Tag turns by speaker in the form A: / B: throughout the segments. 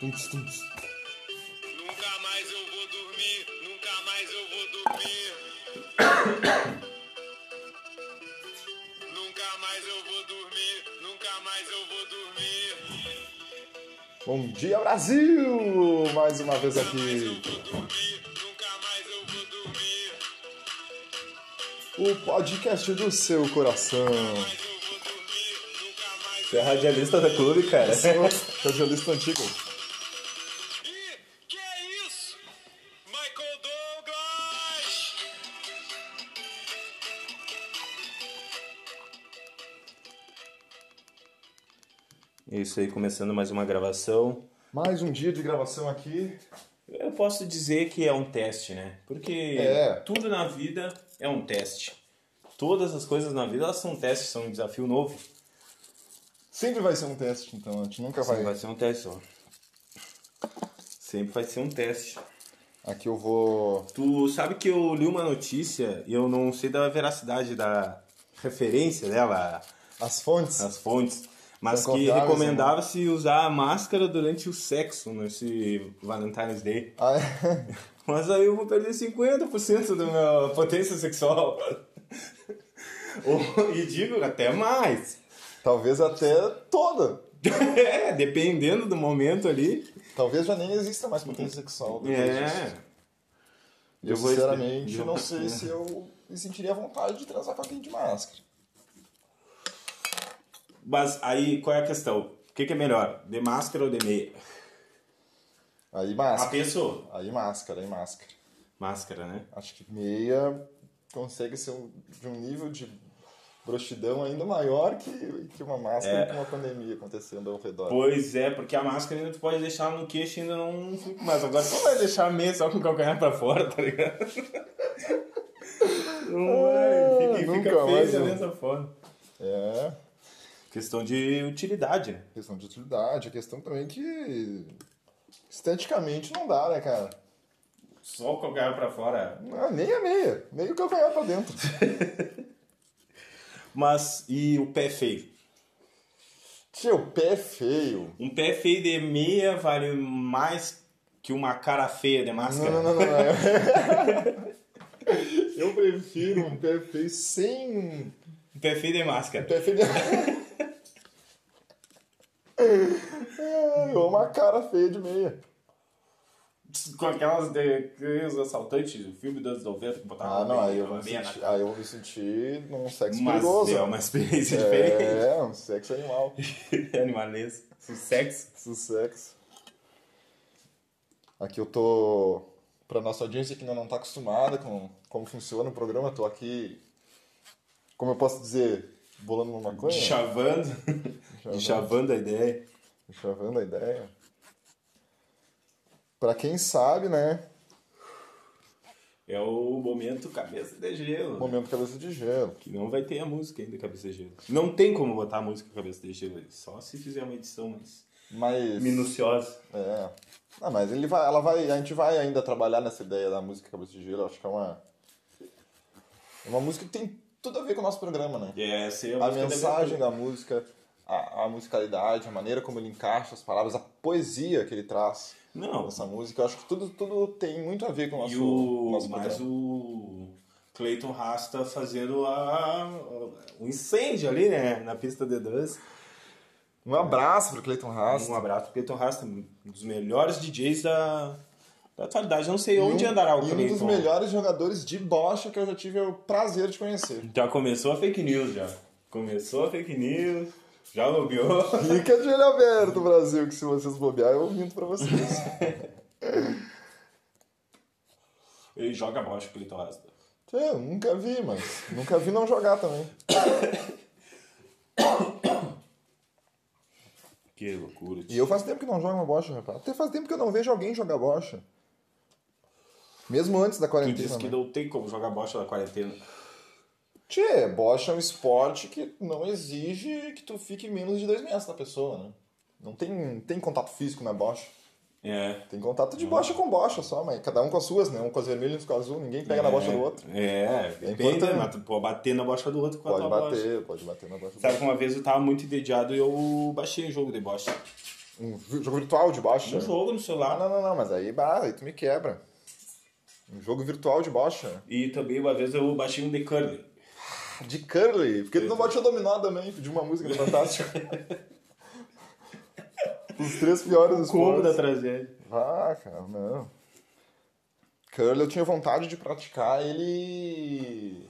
A: Tuts, tuts.
B: Nunca mais eu vou dormir, nunca mais eu vou dormir. nunca mais eu vou dormir, nunca mais eu vou dormir.
A: Bom dia, Brasil! Mais uma vez aqui.
B: Vou dormir, nunca mais eu vou dormir.
A: O podcast do seu coração.
C: Tu é radialista do clube, cara.
A: Sou jornalista antigo.
B: Ih, que é isso? Michael Douglas!
C: Isso aí, começando mais uma gravação.
A: Mais um dia de gravação aqui.
C: Eu posso dizer que é um teste, né? Porque
A: É.
C: tudo na vida é um teste. Todas as coisas na vida elas são testes, são um desafio novo.
A: Sempre vai ser um teste, então a gente nunca vai.
C: Sempre vai ser um teste, ó. Sempre vai ser um teste.
A: Aqui eu vou.
C: Tu sabe que eu li uma notícia e eu não sei da veracidade da referência dela,
A: As fontes.
C: as fontes, mas
A: São
C: que
A: confiáveis,
C: recomendava-se usar a máscara durante o sexo nesse Valentine's Day.
A: Ah, é.
C: Mas aí eu vou perder 50% da minha potência sexual. Ou- e digo até mais.
A: Talvez até toda.
C: É, dependendo do momento ali.
A: Talvez já nem exista mais potência sexual. depois disso.
C: É.
A: Eu,
C: Eu vou-
A: sinceramente
C: eu-
A: não sei se eu me sentiria à vontade de transar com alguém de máscara.
C: Mas aí qual é a questão? O que, que é melhor? De máscara ou de meia?
A: Aí
C: A
A: máscara.
C: pessoa.
A: Aí máscara, aí máscara.
C: Máscara, né?
A: Acho que meia consegue ser um- de um nível de broxidão ainda maior que, que uma máscara com uma pandemia acontecendo ao redor.
C: Pois é, porque a máscara ainda tu pode deixar no queixo e ainda não. Mas agora tu vai deixar a meia só com o calcanhar pra fora, tá ligado? Não vai. Fica,
A: Ah, nunca
C: fica feio
A: mais
C: da
A: eu-
C: mesma forma.
A: É,
C: Questão de utilidade, né?
A: questão de utilidade, a questão também que esteticamente não dá, né, cara?
C: Só o calcanhar pra fora.
A: Não, nem a meia, nem o calcanhar pra dentro.
C: Mas e o pé feio?
A: Tio, pé é feio.
C: Um pé feio de meia vale mais que uma cara feia de
A: Não,
C: máscara?
A: não, não, não. não. Eu prefiro um pé feio sem.
C: Um pé feio de máscara.
A: Pé feio. É, ou uma cara feia de meia.
C: Com aquelas de que os assaltantes, o filme dos 90 que botavam
A: Ah, não,
C: uma meia-
A: aí eu vou
C: uma
A: me
C: meia na
A: sentir, aí eu vou me sentir num sexo
C: tá né? Mas
A: perigoso.
C: é uma experiência diferente.
A: É, um sexo animal.
C: Animalesco. Sexo.
A: Isso, sexo. Aqui eu tô. Pra nossa audiência que ainda não tá acostumada com como funciona o programa, tô aqui. Como eu posso dizer? Bolando uma maconha?
C: Chavando. Chavando a ideia.
A: Chavando a ideia. Pra quem sabe, né?
C: É o momento cabeça de gelo.
A: Momento cabeça de gelo.
C: Que não vai ter a música ainda, Cabeça de Gelo. Não tem como botar a música Cabeça de Gelo aí. Só se fizer uma edição mais
A: Mas.
C: minuciosa.
A: É. Ah, mas ele vai, ela vai, a gente vai ainda trabalhar nessa ideia da música Cabeça de Gelo. eu Acho que é uma. É uma música que tem tudo a ver com o nosso programa, né?
C: E essa é a,
A: A
C: música da
A: mensagem
C: abertura.
A: da música, a, a musicalidade, a maneira como ele encaixa as palavras, a poesia que ele traz
C: Não,
A: nessa música. Eu acho que tudo, tudo tem muito a ver com o nosso,
C: e o,
A: nosso
C: mas
A: programa.
C: o Clayton Rasta fazendo a, o incêndio ali, né? Na pista de dança.
A: Um abraço pro Cleiton Rasta.
C: Um abraço pro Clayton Rasta, um dos melhores DJs da, da atualidade. Não sei
A: E um-
C: onde andará o
A: E
C: Clayton.
A: um dos melhores jogadores de bocha que eu já tive o prazer de conhecer.
C: Já começou a fake news, já. Começou a fake news. Já bobeou.
A: Fica de olho aberto, Brasil, que se vocês bobear, eu minto pra vocês.
C: Ele joga bosta, o Clayton Rasta.
A: É, eu nunca vi, mas nunca vi não jogar também.
C: Que loucura.
A: E eu faz tempo que não jogo uma bocha, rapaz. Até faz tempo que eu não vejo alguém jogar bocha. Mesmo antes da
C: Tu
A: quarentena.
C: disse que
A: né?
C: não tem como jogar bosta na quarentena.
A: Tchê, bocha é um esporte que não exige que tu fique menos de dois metros da pessoa, né? Não tem, tem contato físico na bocha.
C: É.
A: Tem contato de bocha com bocha só, mas cada um com as suas, né? Um com as vermelhas, um com a azul, ninguém pega na bocha do outro.
C: É, depende,
A: importante.
C: mas tu pode bater na bosta do outro com a
A: Pode
C: tua bosta.
A: bater, pode bater na bocha do
C: Sabe
A: outro.
C: que uma vez eu tava muito entediado e eu baixei o jogo de bosta.
A: Um vi- jogo virtual de bocha.
C: Um jogo no
A: Ah,
C: celular.
A: não, não, não, mas aí, bah, aí tu me quebra. Um jogo virtual de bocha.
C: E também uma vez eu baixei um The Curling.
A: De curly. Porque tu não baixou dominó também, de uma música do Fantástico. Os três piores dos
C: Como da
A: pontos.
C: tragédia.
A: Ah, cara, não. Curly eu tinha vontade de praticar ele.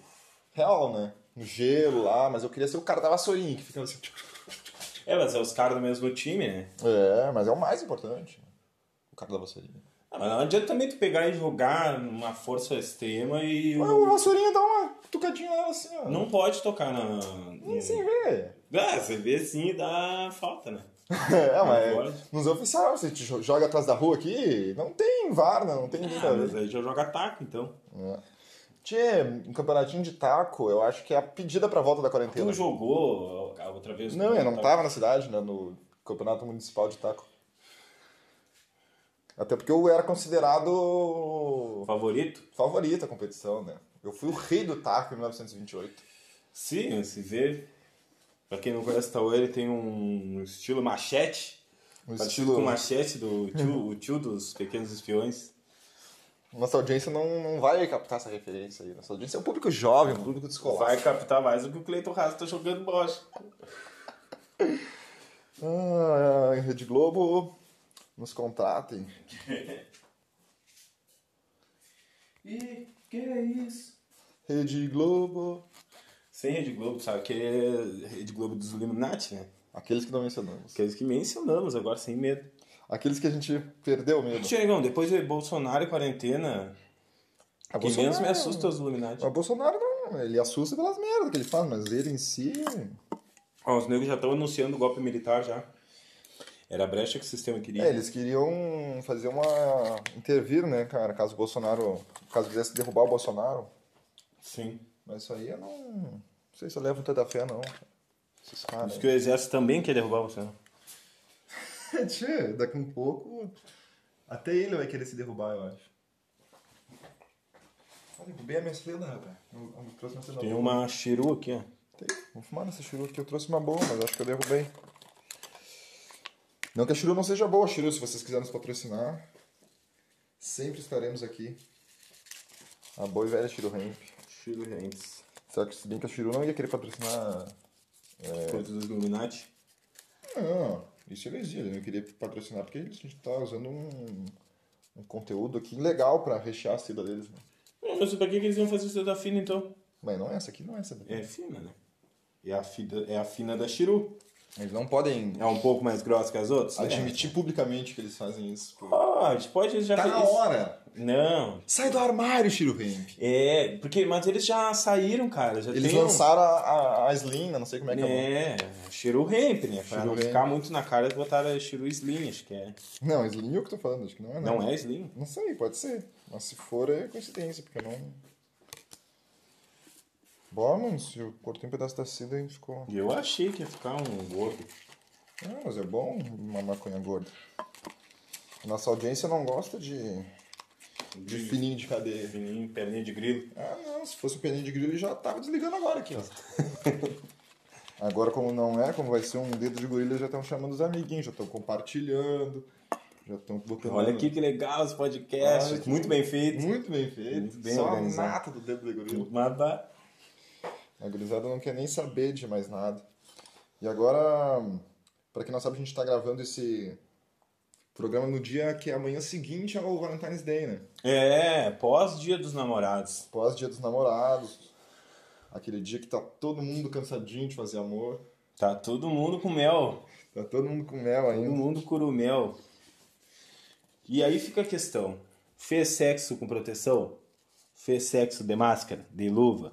A: real, né? No gelo lá, mas eu queria ser o cara da vassourinha que fica assim.
C: É, mas é os caras do mesmo time, né?
A: É, mas é o mais importante. O cara da vassourinha.
C: Ah, mas não adianta também tu pegar e jogar numa força extrema e.
A: Mas
C: o-
A: a vassourinha dá uma tucadinha nela assim, ó.
C: Não pode tocar na.
A: Nem sem ver.
C: Ah, você vê sim e dá falta, né?
A: É,
C: Agora-
A: mas nos oficial, você te jo- joga atrás da rua aqui, não tem VAR, né? não tem
C: Ah, mas
A: nada.
C: aí já joga ataque, então.
A: Tchê, um campeonatinho de taco, eu acho que é a pedida pra volta da
C: Tu
A: quarentena.
C: jogou a outra vez?
A: Não, eu não tava na cidade, né, no campeonato municipal de taco. Até porque eu era considerado
C: Favorito?
A: favorito à competição, né? Eu fui o rei do taco em 1928.
C: Sim, se vê. Pra quem não conhece o Tauê, ele tem um estilo machete.
A: Um
C: parecido
A: estilo-
C: com né? o machete do tio, o tio dos pequenos espiões.
A: Nossa audiência não, não vai captar essa referência aí. Nossa audiência é um público jovem, um público descolado.
C: Vai captar mais do que o Cleiton Rasta jogando bosta.
A: Ah, Rede Globo, nos contratem.
C: E que é isso?
A: Rede Globo.
C: Sem Rede Globo, sabe? Que é Rede Globo dos Illuminati, né?
A: Aqueles que não mencionamos.
C: Aqueles que mencionamos agora, sem medo.
A: Aqueles que a gente perdeu mesmo.
C: Tiagão, depois de Bolsonaro e quarentena,
A: A
C: o que menos me assusta é os Illuminati.
A: Mas Bolsonaro não, ele assusta pelas merdas que ele faz, mas ele em si.
C: Ó, os negros já estão anunciando o golpe militar já. Era a brecha que o sistema queria.
A: É, eles queriam fazer uma. intervir, né, cara? Caso o Bolsonaro. Caso quisesse derrubar o Bolsonaro.
C: Sim.
A: Mas isso aí eu não. Não sei se eu levo tanta fé, não. Esses caras.
C: Diz que o exército também quer derrubar você. né?
A: Tchê, daqui um pouco. Até ele vai querer se derrubar, eu acho. Ah, derrubei a minha estrela, rapaz. Eu, eu trouxe minha estrela
C: Tem uma chiru aqui, ó.
A: Tem. Vou fumar nessa Shiru aqui. Eu trouxe uma boa, mas acho que eu derrubei. Não que a Shiru não seja boa, Shiru. Se vocês quiserem nos patrocinar, sempre estaremos aqui. A boa e velha Shiru Ramp.
C: Chiru Rentes.
A: Só que se bem que a Shiru não ia querer patrocinar...
C: Coisa dos Illuminati.
A: Não, isso é heresia. Ele não queria patrocinar porque a gente tá usando um, um conteúdo aqui legal pra rechear a seda deles. Né?
C: Não, É, mas pra que que eles iam fazer seda fina, então?
A: Mas não é essa aqui, não é essa daqui.
C: É fina, né? É a, fida, é a fina da chiru.
A: Eles não podem
C: É um pouco mais grossa que as
A: é.
C: outras?
A: admitir publicamente que eles fazem isso.
C: É.
A: pô.
C: Pode, pode, eles já
A: Tá
C: fez-
A: na hora!
C: Não.
A: Sai do armário, Shiru Ramp!
C: É, porque, mas eles já saíram, cara. Já
A: Eles
C: tem um-
A: lançaram a, a, a Slim, né? não sei como é que é.
C: É, Shiru Ramp, né? Pra
A: Shiru
C: não
A: Ramp.
C: ficar muito na cara, eles botaram Shiru Slim, acho que é.
A: Não, Slim é o que eu tô falando, acho que não é.
C: Não é Slim?
A: Não sei, pode ser. Mas se for, é coincidência, porque eu não... Bom, anúncio, eu cortei um pedaço da seda e ficou...
C: Eu achei que ia ficar um gordo.
A: Ah, mas é bom uma maconha gorda. Nossa audiência não gosta de, de fininho de cadeia.
C: Fininho, perninha de grilo.
A: Ah, não, se fosse um peninho de grilo, ele já tava desligando agora aqui, ó. Agora, como não é, como vai ser um dedo de gorila, já estão chamando os amiguinhos, já estão compartilhando, já estão botando...
C: Olha aqui que legal os podcasts.
A: Hum. Olha que-
C: Muito bem feito.
A: Muito bem feito.
C: Muito bem
A: Só
C: organizado.
A: a nata do dedo do gorila.
C: Manda.
A: A gurizada não quer nem saber de mais nada. E agora, pra quem não sabe, a gente tá gravando esse programa no dia que é amanhã seguinte ao Valentine's Day, né?
C: É, pós-dia dos namorados.
A: Pós-dia dos namorados. Aquele dia que tá todo mundo cansadinho de fazer amor.
C: Tá todo mundo com mel.
A: Tá todo mundo com mel
C: Todo
A: ainda.
C: mundo curumel. E aí fica a questão. Fez sexo com proteção? Fez sexo de máscara? De luva?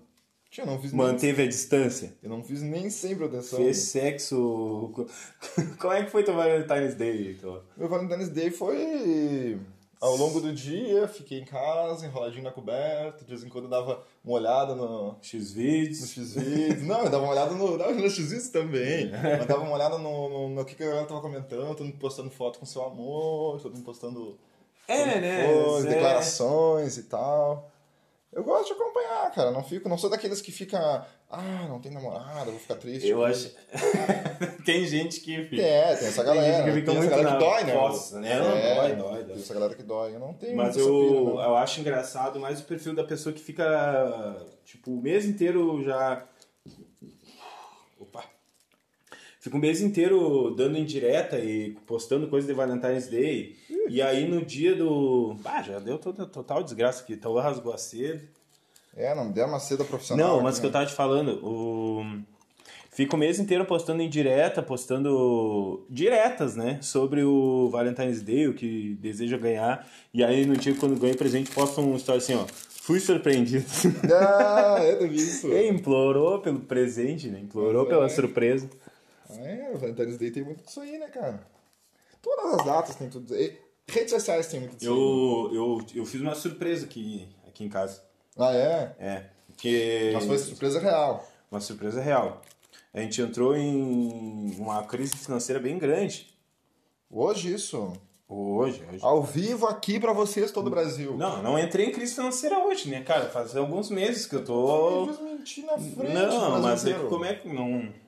A: Tia, eu não fiz nem,
C: Manteve a distância?
A: eu não fiz nem sem proteção.
C: Fez sexo... co- Como é que foi teu Valentine's Day, então?
A: Meu Valentine's Day foi ao longo do dia, fiquei em casa, enroladinho na coberta, de vez em quando eu dava uma olhada no, nos
C: X-Vídeos?
A: X-Videos. Não, eu dava uma olhada no, dava nos X-Videos também. Mas dava uma olhada no, no, no que, que a galera tava comentando, todo mundo postando foto com seu amor, todo mundo postando
C: É, né?
A: flores,
C: Zé.
A: declarações e tal. Eu gosto de acompanhar, cara. Não fico, não sou daqueles que fica, ah, não tem namorada, vou ficar triste.
C: Eu acho. tem gente que fica.
A: É, tem essa
C: Tem gente
A: galera.
C: que fica
A: Tem essa
C: muito
A: galera
C: na
A: que dói, né?
C: fossa, né? Não, dói, dói, dói.
A: Tem essa galera que dói. Eu não tenho
C: Mas
A: muita essa pira,
C: eu,
A: não.
C: eu acho engraçado mais o perfil da pessoa que fica, tipo, o mês inteiro já. Opa! Fica o mês inteiro dando indireta e postando coisa de Valentine's Day. E aí no dia do. Ah, já deu toda total desgraça aqui. Então rasgou a cedo.
A: É, não der uma seda profissional.
C: Não,
A: aqui,
C: mas o que
A: né?
C: eu tava te falando, o... fico o mês inteiro postando em direta, postando diretas, né? Sobre o Valentine's Day, o que deseja ganhar. E aí, no dia quando ganho presente, posto um story assim, ó. Fui surpreendido.
A: Ah, eu não vi isso.
C: Ele implorou pelo presente, né? Implorou pela
A: É.
C: surpresa.
A: É, o Valentine's Day tem muito disso aí, né, cara? Todas as datas tem tudo. E redes sociais tem muito disso
C: Eu, eu, eu fiz uma surpresa aqui, aqui em casa.
A: aí. Ah, é?
C: É. Porque...
A: Mas foi surpresa real.
C: Uma surpresa real. A gente entrou em uma crise financeira bem grande.
A: Hoje isso.
C: Hoje, hoje.
A: Ao vivo aqui pra vocês, todo o Brasil.
C: Não, não entrei em crise financeira hoje, né, cara? Faz alguns meses que eu tô.
A: Eles mentir na frente. do Brasil
C: Não, mas é que
A: inteiro.
C: como é que não. Não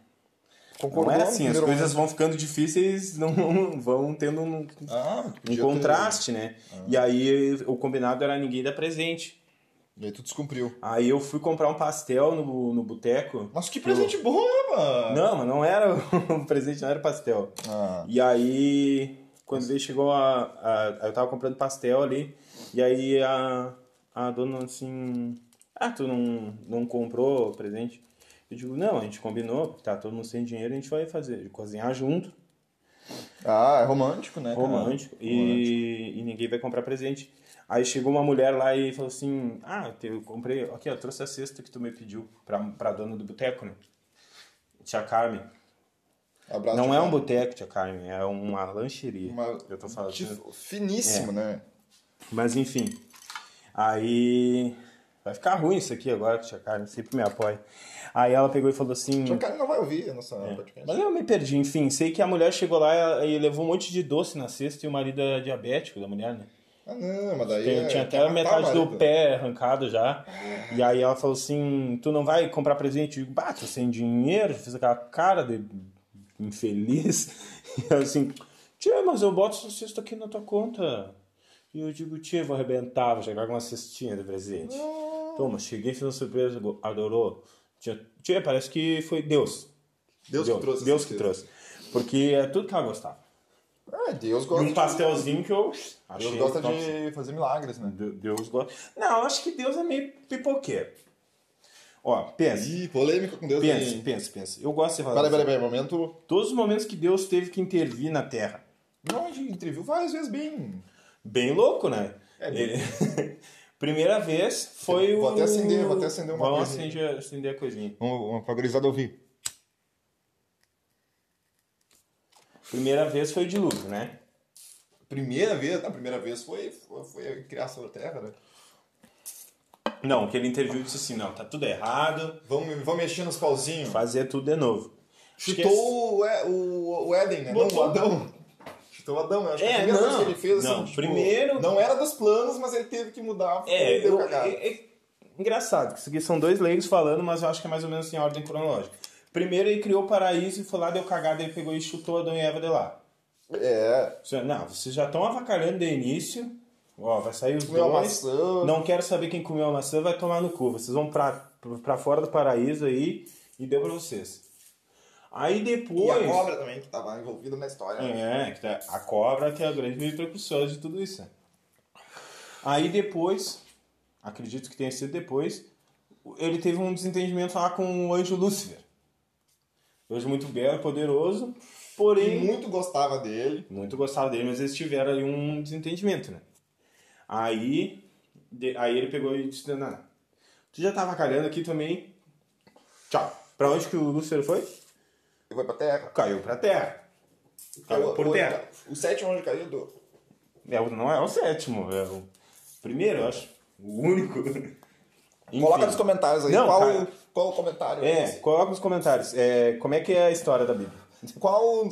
A: Concordou um
C: é
A: no
C: assim, as
A: primeiro
C: coisas vão ficando difíceis, não vão tendo um,
A: momento. Ah, tu
C: um
A: podia
C: contraste, né? E aí o combinado era ninguém dar presente.
A: Ter... E aí tu descumpriu.
C: Aí eu fui comprar um pastel no, no boteco.
A: Mas que presente bom, né, mano?
C: Não, mas não era um presente, não era pastel.
A: Ah,
C: E aí, quando ele chegou a, a- Eu tava comprando pastel ali. E aí a, a dona assim. Ah, tu não, não comprou o presente? Eu digo, não, a gente combinou, tá todo mundo sem dinheiro, a gente vai fazer, cozinhar junto,
A: ah é romântico, né? cara?
C: romântico, e, e ninguém vai comprar presente. Aí chegou uma mulher lá e falou assim, ah, te- eu comprei, aqui, ó, trouxe a cesta que tu me pediu pra, pra dona do boteco, né? Tia Carmen.
A: Abraço
C: Não
A: de
C: é um
A: cara.
C: boteco, tia Carmen, é uma lancheria.
A: Uma-
C: Eu tô falando. É.
A: de- Finíssimo, né?
C: Mas enfim. Aí. Vai ficar ruim isso aqui agora, que a tia Carmen sempre me apoia. Aí ela pegou e falou assim.
A: O cara não vai ouvir a nossa
C: É.
A: podcast.
C: Mas eu me perdi, enfim. Sei que a mulher chegou lá e e levou um monte de doce na cesta e o marido é diabético da mulher, né?
A: Ah, não, mas daí.
C: Tem-
A: é-
C: tinha até
A: quer
C: a
A: matar
C: metade
A: o
C: do
A: marido.
C: pé arrancado já.
A: É.
C: E aí ela falou assim: Tu não vai comprar presente? Eu digo, bah, tô sem dinheiro. Fiz aquela cara de infeliz. E ela assim: Tia, mas eu boto essa cesta aqui na tua conta. E eu digo: Tia, vou arrebentar, vou chegar com uma cestinha de presente. Toma, cheguei, fiz uma surpresa, adorou. Tia, tia parece que foi Deus.
A: Deus que trouxe
C: Deus
A: essa
C: que
A: cesta.
C: trouxe. Porque é tudo que ela gostava.
A: Ah, Deus
C: E
A: gosta.
C: um
A: de-
C: pastelzinho que eu achei.
A: Deus gosta
C: top.
A: de fazer milagres, né?
C: De- Deus gosta. Não, eu acho que Deus é meio pipoqueiro. Ó, pensa,
A: Ih, polêmica com Deus.
C: pensa,
A: hein?
C: pensa, pensa. Eu gosto de falar.
A: Peraí,
C: assim.
A: peraí, peraí. um Momento.
C: Todos os momentos que Deus teve que intervir na Terra.
A: Não, a gente entreviu várias vezes bem.
C: Bem louco, né?
A: É, bem-
C: Ele- Primeira vez foi
A: Vou
C: o.
A: até acender, vou até acender uma
C: Vamos
A: coisinha.
C: acender, acender Um, a coisinha.
A: Vamos pra gurizada ouvir.
C: Primeira vez foi o dilúvio, né?
A: Primeira vez, a primeira vez foi, foi a criação da Terra, né?
C: Não, que ele interviu e disse assim: não, tá tudo errado,
A: Vamos, vamos mexer nos pauzinhos.
C: fazer tudo de novo. Acho que
A: Chutou o, é, o, o Éden, né?
C: Botou-
A: Não, o Adão. Chutou o Adão, né? eu acho que
C: É,
A: a primeira
C: não.
A: coisa que ele fez, assim,
C: Não,
A: tipo,
C: primeiro-
A: Não era dos planos, mas ele teve que mudar, porque
C: É,
A: deu
C: eu-
A: cagada.
C: é- é engraçado, que isso aqui são dois leigos falando, mas eu acho que é mais ou menos assim, em ordem cronológica. Primeiro ele criou o paraíso e foi lá, deu cagada, ele pegou e chutou Adão e Eva de lá.
A: É,
C: Você- Não, vocês já estão avacalhando de início. Ó, vai sair os
A: Comeu a
C: dois.
A: maçã.
C: Não quero saber quem comeu a maçã, vai tomar no cu. Vocês vão pra, pra fora do paraíso aí e deu pra vocês. Aí
A: e
C: depois.
A: a cobra também, que tava envolvida na história.
C: É, que tá- a cobra que é a grande repercussão de tudo isso. Aí depois, acredito que tenha sido depois, ele teve um desentendimento lá com o anjo Lúcifer. Anjo muito belo, poderoso,
A: E
C: porém
A: muito gostava dele.
C: muito gostava dele, mas eles tiveram ali um desentendimento, né? Aí, de- aí ele pegou e disse, não, não, tu já tava calhando aqui também, tchau. Pra onde que o Lúcifer foi?
A: E foi pra terra.
C: Caiu pra terra. Caiu
A: O-
C: por
A: o-
C: terra.
A: O sétimo anjo caído.
C: É, o- não é o sétimo, é o primeiro, eu acho. O único.
A: Coloca
C: Enfim.
A: nos comentários aí
C: Não,
A: qual,
C: cara.
A: qual o comentário.
C: É, coloca nos comentários. É, como é que é a história da Bíblia?
A: Qual.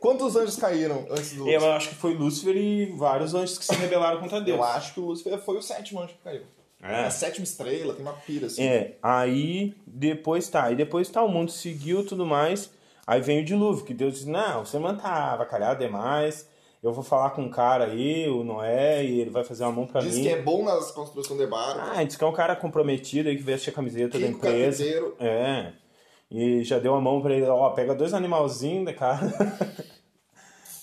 A: Quantos anjos caíram antes
C: É,
A: do Lúcifer?
C: Eu acho que foi Lúcifer e vários anjos que se rebelaram contra Deus.
A: Eu acho que o Lúcifer foi o sétimo anjo que caiu.
C: É.
A: A sétima estrela, tem uma pira, assim.
C: É, aí depois tá, e depois tá, o mundo seguiu tudo mais. Aí vem o dilúvio, que Deus diz: Não, você não tá avacalhado demais. Eu vou falar com um cara aí, o Noé, e ele vai fazer uma mão pra
A: Diz
C: mim.
A: que é bom nas construções de barco.
C: Ah, diz que é um cara comprometido aí que veste a camiseta da
A: Rico
C: empresa.
A: carpinteiro.
C: É. E já deu a mão pra ele, ó, pega dois animalzinhos de cada.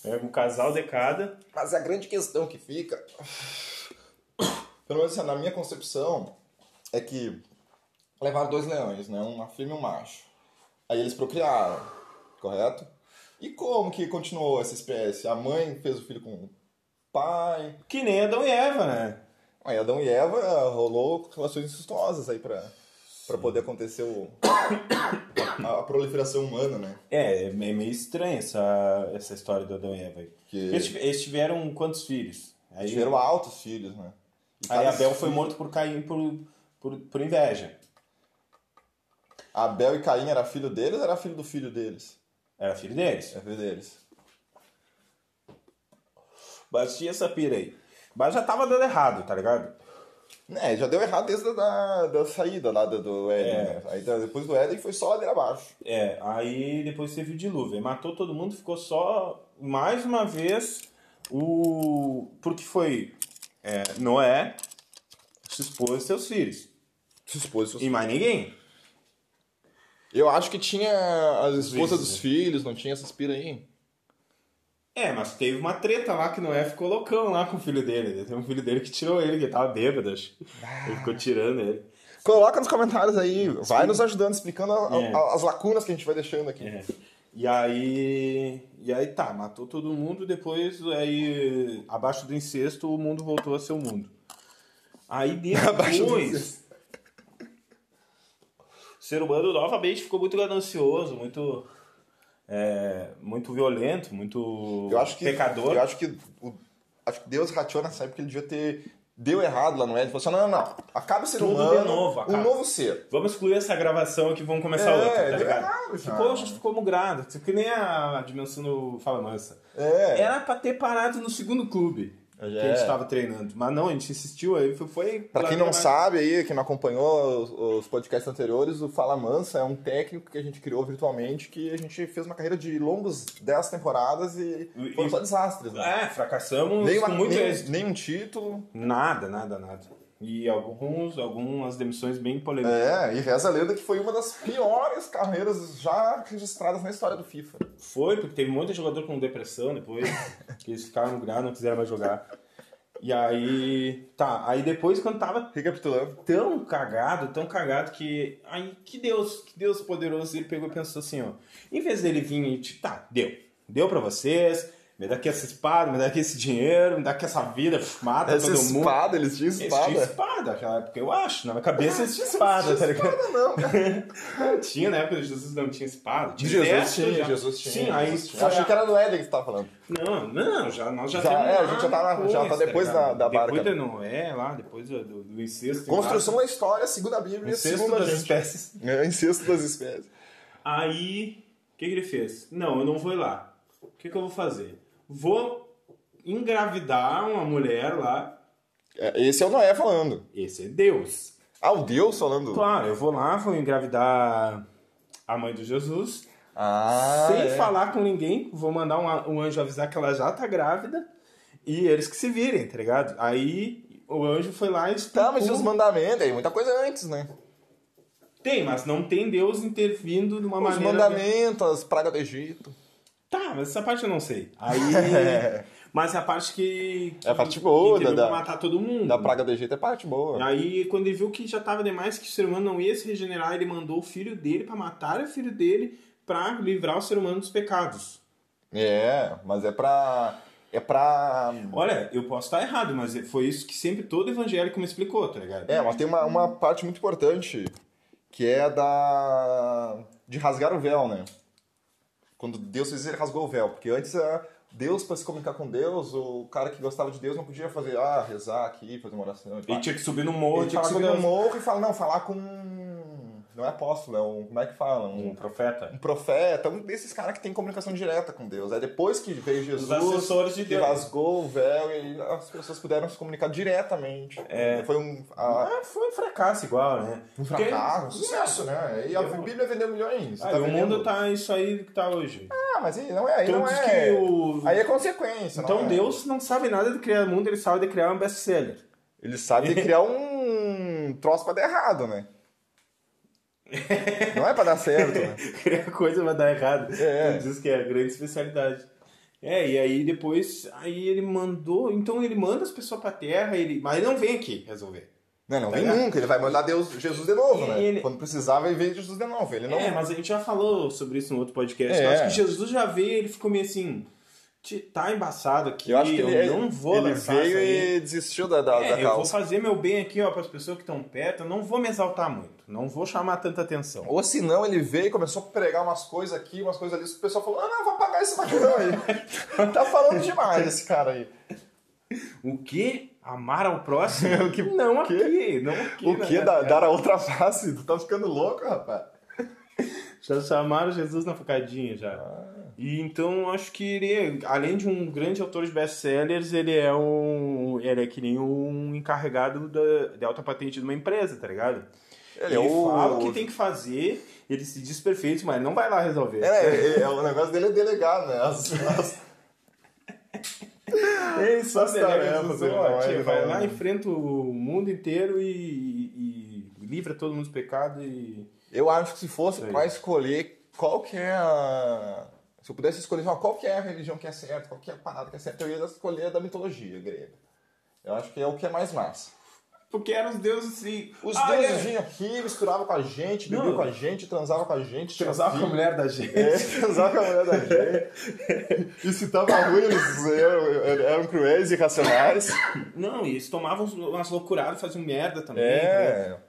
C: pega um casal de cada.
A: Mas é a grande questão que fica, pelo menos assim, na minha concepção, é que levaram dois leões, né? Uma fêmea e um macho. Aí eles procriaram, correto? E como que continuou essa espécie? A mãe fez o filho com o pai.
C: Que nem Adão e Eva, né?
A: Aí Adão e Eva ah, rolou relações incestuosas aí pra, pra poder acontecer o, a, a proliferação humana, né?
C: É, é meio estranha essa, essa história do Adão e Eva aí.
A: Que-
C: Eles, tive- eles tiveram quantos filhos? Aí,
A: Tiveram altos filhos, né? E
C: aí
A: cada
C: Abel foi morto por Caim por, por, por inveja.
A: Abel e Caim era filho deles ou era filho do filho deles?
C: Era filho deles.
A: É filho deles.
C: Bati essa pira aí. Mas já tava dando errado, tá ligado?
A: É, já deu errado desde a da, da saída lá do, do Éden.
C: É.
A: né? Aí, então, depois do Éden foi só ladeira abaixo.
C: É, aí depois teve o dilúvio. Aí Matou todo mundo, ficou só mais uma vez o. Porque foi é, Noé, sua esposa e seus filhos.
A: As esposas-
C: E mais ninguém.
A: Eu acho que tinha as esposas
C: Vezes,
A: dos
C: né?
A: filhos, não tinha essas pira aí.
C: É, mas teve uma treta lá que Noé ficou loucão lá com o filho dele. né? Tem um filho dele que tirou ele, que ele tava bêbado, acho. Ele ficou tirando ele.
A: Coloca nos comentários aí, vai nos ajudando, explicando a- a-
C: É.
A: a- as lacunas que a gente vai deixando aqui.
C: É. E aí. E aí tá, matou todo mundo, depois aí. Abaixo do incesto, o mundo voltou a ser o mundo. Aí
A: Abaixo do
C: depois.
A: incesto.
C: O ser humano novamente ficou muito ganancioso, muito. é, muito violento, muito
A: Eu acho que.
C: pecador.
A: Eu acho que. o- acho que Deus rateou nessa época que ele devia ter. Deu errado lá no Éden. Falou assim: não, não, não. Acaba o ser
C: Tudo
A: humano.
C: de novo, acaba.
A: um novo ser.
C: Vamos excluir essa gravação aqui, vamos começar
A: É,
C: outra, tá
A: é
C: ligado?
A: verdade,
C: ficou,
A: cara.
C: já ficou mugrado, tipo, que nem a dimensão do Fala Mansa.
A: É.
C: Era pra ter parado no segundo clube que a gente
A: É.
C: tava treinando, mas não, a gente insistiu aí, foi... foi
A: Pra quem não
C: pra-
A: sabe aí, quem não acompanhou os, os podcasts anteriores, o Fala Mansa é um técnico que a gente criou virtualmente, que a gente fez uma carreira de longos 10 temporadas e
C: E-
A: foram só desastres, né?
C: É, fracassamos
A: Nem, uma,
C: com muito
A: nem,
C: êxito.
A: nem um título.
C: Nada, nada, nada. E alguns, algumas demissões bem polêmicas.
A: É, e reza a lenda que foi uma das piores carreiras já registradas na história do FIFA.
C: Foi, porque teve muito jogador com depressão depois, que eles ficaram mugrados, não quiseram mais jogar. E aí, tá, aí depois quando tava
A: Recapitulando.
C: tão cagado, tão cagado que. Ai, que Deus, que Deus poderoso. Ele pegou e pensou assim, ó. Em vez dele vir e te. Tá, deu. Deu pra vocês. Me dá aqui essa espada, me dá aqui esse dinheiro, me dá aqui essa vida, pff, mata
A: Essa
C: todo mundo.
A: espada, eles tinham
C: Eles
A: espada. Ah,
C: tinham espada naquela época, eu acho. Na minha cabeça eles tinham espada, tá ligado?
A: Espada não, cara.
C: Tinha na época de Jesus não tinha espada. Tinha
A: Jesus
C: exército
A: tinha,
C: já.
A: Jesus tinha.
C: Sim, aí
A: Jesus tinha. Eu achei que era do Éden que você tava falando.
C: é- Não, não, já, nós já,
A: Já-
C: temos
A: é, a
C: lá
A: gente já tá na- já tá depois
C: ligado?
A: da- da barca.
C: Depois da Noé, lá, depois do, do, do incesto. tem
A: Construção da história, segundo a Bíblia,
C: lá, incesto
A: segundo a
C: das
A: gente.
C: espécies.
A: É, incesto das espécies.
C: Aí, o que, que ele fez? Não, eu não vou ir lá. O que, que eu vou fazer? Vou engravidar uma mulher lá.
A: É, Esse é o Noé falando.
C: Esse é Deus.
A: Ah, o Deus falando?
C: Claro, eu vou lá, vou engravidar a mãe do Jesus.
A: Ah,
C: sem
A: é.
C: falar com ninguém, vou mandar um, a- um anjo avisar que ela já tá grávida. E eles que se virem, tá ligado? Aí o anjo foi lá e
A: Tá, mas e
C: explicou.
A: os mandamentos? Aí, muita coisa antes, né?
C: Tem, mas não tem Deus intervindo de uma
A: Os
C: maneira.
A: mandamentos, as pragas do Egito.
C: Tá, mas essa parte eu não sei. Aí. mas é a parte que.
A: É a parte boa,
C: que teve
A: da-
C: pra matar todo mundo.
A: Da praga do Egito é parte boa.
C: Aí, quando ele viu que já tava demais, que o ser humano não ia se regenerar, ele mandou o filho dele pra matar o filho dele pra livrar o ser humano dos pecados.
A: É, mas é pra. É pra.
C: Olha, eu posso estar errado, mas foi isso que sempre todo evangélico me explicou, tá ligado?
A: É, mas tem uma, uma parte muito importante que é a da. de rasgar o véu, né? Quando Deus fez ele rasgou o véu. Porque antes a. Deus, pra se comunicar com Deus, o cara que gostava de Deus não podia fazer, ah, rezar aqui, fazer uma oração. e pá.
C: Ele tinha que subir no morro
A: Ele é um tinha que
C: falar
A: subir
C: com
A: no
C: Deus.
A: morro e falar, não, falar com. Não é apóstolo, é um. Como é que fala? Um,
C: Um profeta.
A: um profeta, um desses caras que tem comunicação direta com Deus. É depois que veio Jesus.
C: assessores de
A: que
C: Deus.
A: rasgou o véu e aí as pessoas puderam se comunicar diretamente.
C: É.
A: Foi um. a-
C: Ah, foi um fracasso igual, né?
A: um
C: Porque-
A: fracasso, um sucesso, né? E a
C: Eu-
A: Bíblia vendeu milhões.
C: Ah,
A: tá
C: e o
A: vendendo.
C: mundo tá isso aí que tá hoje.
A: Ah, mas aí não é. Aí
C: Então
A: não
C: diz
A: é.
C: que o-
A: Aí é consequência.
C: Então
A: não é.
C: Deus não sabe nada de criar o mundo, ele sabe de criar um best-seller.
A: Ele sabe criar um troço pra dar errado, né? Não é pra dar certo, né?
C: Qualquer coisa vai dar errado.
A: É.
C: Ele diz que é a grande especialidade. É, e aí depois, aí ele mandou, então ele manda as pessoas pra terra, ele, mas ele não vem aqui resolver.
A: Não, não
C: Tá
A: vem
C: ligado?
A: nunca. Ele vai mandar Deus, Jesus de novo,
C: E
A: né?
C: ele-
A: Quando precisar, vai ver Jesus de novo. Ele não.
C: É, mas a gente já falou sobre isso no outro podcast.
A: É.
C: Eu acho que Jesus já veio, ele ficou meio assim, "Ti- tá embaçado aqui,
A: eu acho que ele, é-
C: não vou
A: ele
C: lançar
A: veio
C: isso aí.
A: e desistiu da, da,
C: É,
A: da
C: eu vou
A: causa.
C: fazer meu bem aqui, ó, pras pessoas que estão perto, eu não vou me exaltar muito, não vou chamar tanta atenção.
A: Ou se não, ele veio e começou a pregar umas coisas aqui, umas coisas ali. O pessoal falou: ah, não, vou apagar esse macarrão aí. tá falando demais esse cara aí.
C: O que? Amar ao próximo? o que? Não
A: que?
C: aqui, não aqui.
A: o
C: né,
A: que?
C: cara?
A: Dar, dar a outra face? Tu tá ficando louco, rapaz.
C: Já chamaram Jesus na facadinha já.
A: Ah.
C: E então acho que ele, é, além de um grande autor de best-sellers, ele é um, ele é que nem um encarregado da, de alta patente de uma empresa, tá ligado?
A: Ele
C: Ele,
A: é o-
C: fala o que tem que fazer, ele se diz perfeito, mas ele não vai lá resolver.
A: É, é, é, o negócio dele é delegar, né? As- as-
C: Ele só
A: As
C: delega
A: tarefas,
C: essas,
A: ele
C: ó,
A: não é,
C: tia,
A: ele
C: vai
A: não-
C: lá, enfrenta o mundo inteiro e, e- e livra todo mundo do pecado e
A: Eu acho que se fosse
C: Sei.
A: pra escolher qual que é a. Se eu pudesse escolher ó, qual que é a religião que é certa, qual que é a parada que é certa, eu ia escolher a da mitologia grega. Eu acho que é o que é mais massa.
C: porque eram os deuses e
A: Os
C: Ah,
A: deuses
C: é.
A: vinham aqui, misturavam com a gente, bebiam
C: Não.
A: com a gente, transavam com a gente. tinha
C: transar com a
A: filho.
C: mulher da gente.
A: É, transavam com a mulher da gente. E se tava ruim, eles eram, eram cruéis e irracionais.
C: Não, e eles tomavam uns- umas loucuradas, faziam merda também. tá
A: É.
C: ligado?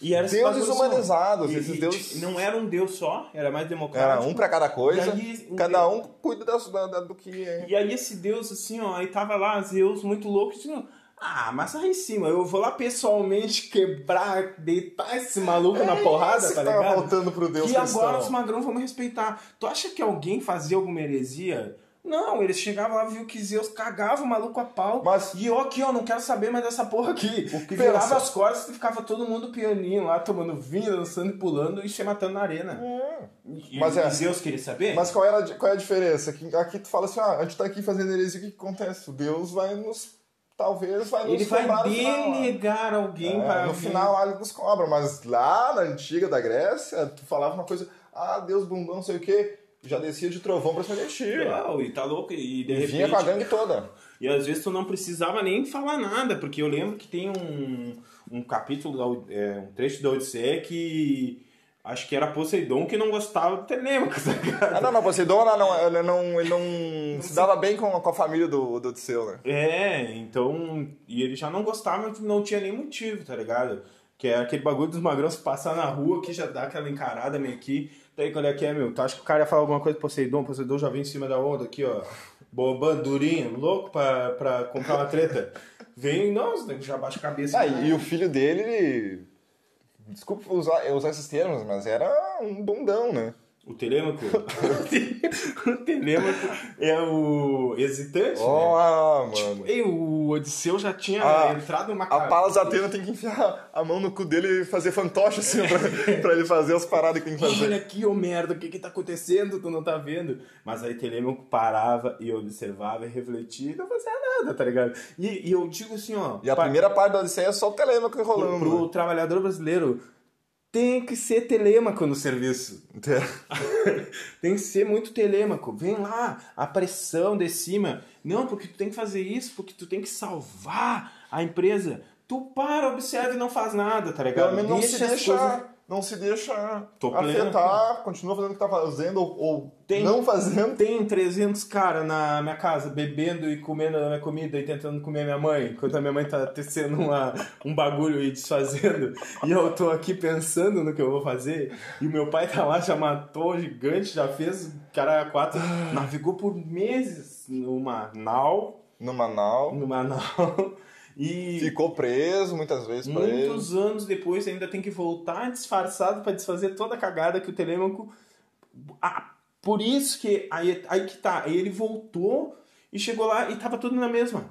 C: E era essa
A: Deuses
C: valorização.
A: humanizados,
C: E-
A: esses
C: e
A: deuses-
C: t- Não era um deus só, era mais
A: Era
C: democrático.
A: um pra cada coisa.
C: E aí, um
A: cada
C: deus-
A: um cuida das- da, da- do que é.
C: E aí esse deus, assim, ó, aí tava lá, Zeus muito louco, e disse, ah, mas aí em cima, eu vou lá pessoalmente quebrar, deitar esse maluco na porrada,
A: Esse
C: tá
A: É que tava
C: ligado?
A: voltando pro Deus
C: E
A: cristão.
C: agora os magrão vão me respeitar. Tu acha que alguém fazia alguma heresia? Não, eles chegavam lá, viu que Zeus cagava o maluco a pau.
A: Mas-
C: E eu aqui, ó, não quero saber mais dessa porra aqui.
A: O que
C: e virava
A: pensa?
C: as costas e ficava todo mundo pianinho lá, tomando vinho, dançando e pulando e se matando na arena.
A: É.
C: E,
A: Mas
C: e
A: é-
C: Zeus queria saber?
A: Mas qual, era, a di- qual é a diferença? Que aqui tu fala assim, ah, a gente tá aqui fazendo heresia, o que, que acontece? O Deus vai nos... Talvez vai nos
C: Ele vai
A: cobrar no final, lá.
C: delegar alguém
A: É,
C: para
A: no
C: vir.
A: final lá ele nos cobra, mas lá na antiga da Grécia, tu falava uma coisa, ah, Deus bundão, não sei o quê, já descia de trovão pra cima de ti.
C: Não, e tá louco, e de
A: E
C: repente...
A: vinha com a gangue toda.
C: E às vezes tu não precisava nem falar nada, porque eu lembro que tem um, um capítulo, da Od- é, um trecho da Odisseia que acho que era Poseidon que não gostava do Telêmaco, tá ligado?
A: Ah, não, não, Poseidon, não, não, ele não, ele não se dava bem com, com a família do, do Odisseu, né?
C: É, então. E ele já não gostava, não tinha nem motivo, tá ligado? Que é aquele bagulho dos magrões passar na rua que já dá aquela encarada meio que. Daí quando é que é, meu? Tu acha que o cara ia falar alguma coisa pro Poseidon? O Poseidon já vem em cima da onda aqui, ó. Bombando, durinho, louco pra, pra comprar uma treta. Vem, nossa, já baixa a cabeça. né?
A: Ah, e o filho dele, ele... Desculpa usar, eu usar esses termos, mas era um bundão, né?
C: O Telêmaco? o Telêmaco é o hesitante, né?
A: Ó, mano.
C: Ei, o Odisseu já tinha
A: Oh. Ah,
C: entrado numa
A: A
C: ca-
A: Palas Atena tem que enfiar a mão no cu dele e fazer fantoche, assim, pra, pra ele fazer as paradas que tem que fazer.
C: Olha aqui, ô merda, o que que tá acontecendo? Tu não tá vendo? Mas aí Telêmaco parava e observava e refletia e não fazia nada, tá ligado? E, e eu digo assim, ó...
A: E a
C: pa-
A: primeira parte da Odisseia é só o Telêmaco
C: pro,
A: enrolando.
C: pro trabalhador brasileiro, tem que ser Telêmaco no serviço. tem que ser muito telêmaco. Vem lá, a pressão de cima. Não, porque tu tem que fazer isso, porque tu tem que salvar a empresa. Tu para, observa e não faz nada, tá ligado?
A: Pelo menos não se
C: as coisas-
A: deixa... Não se deixa
C: Tô pleno,
A: afetar, continua fazendo o que tá fazendo ou, ou
C: Tem-
A: não fazendo.
C: Tem 300 caras na minha casa bebendo e comendo a minha comida e tentando comer a minha mãe, enquanto a minha mãe tá tecendo uma, um bagulho e desfazendo. E eu tô aqui pensando no que eu vou fazer. E o meu pai tá lá, já matou o gigante, já fez o cara quatro. Navegou por meses numa nau,
A: No Manaus.
C: no Manaus. E
A: Ficou preso muitas vezes pra ele.
C: muitos anos depois ainda tem que voltar disfarçado pra desfazer toda a cagada que o Telêmaco. Ah, por isso que aí, aí que tá. Aí ele voltou e chegou lá e tava tudo na mesma.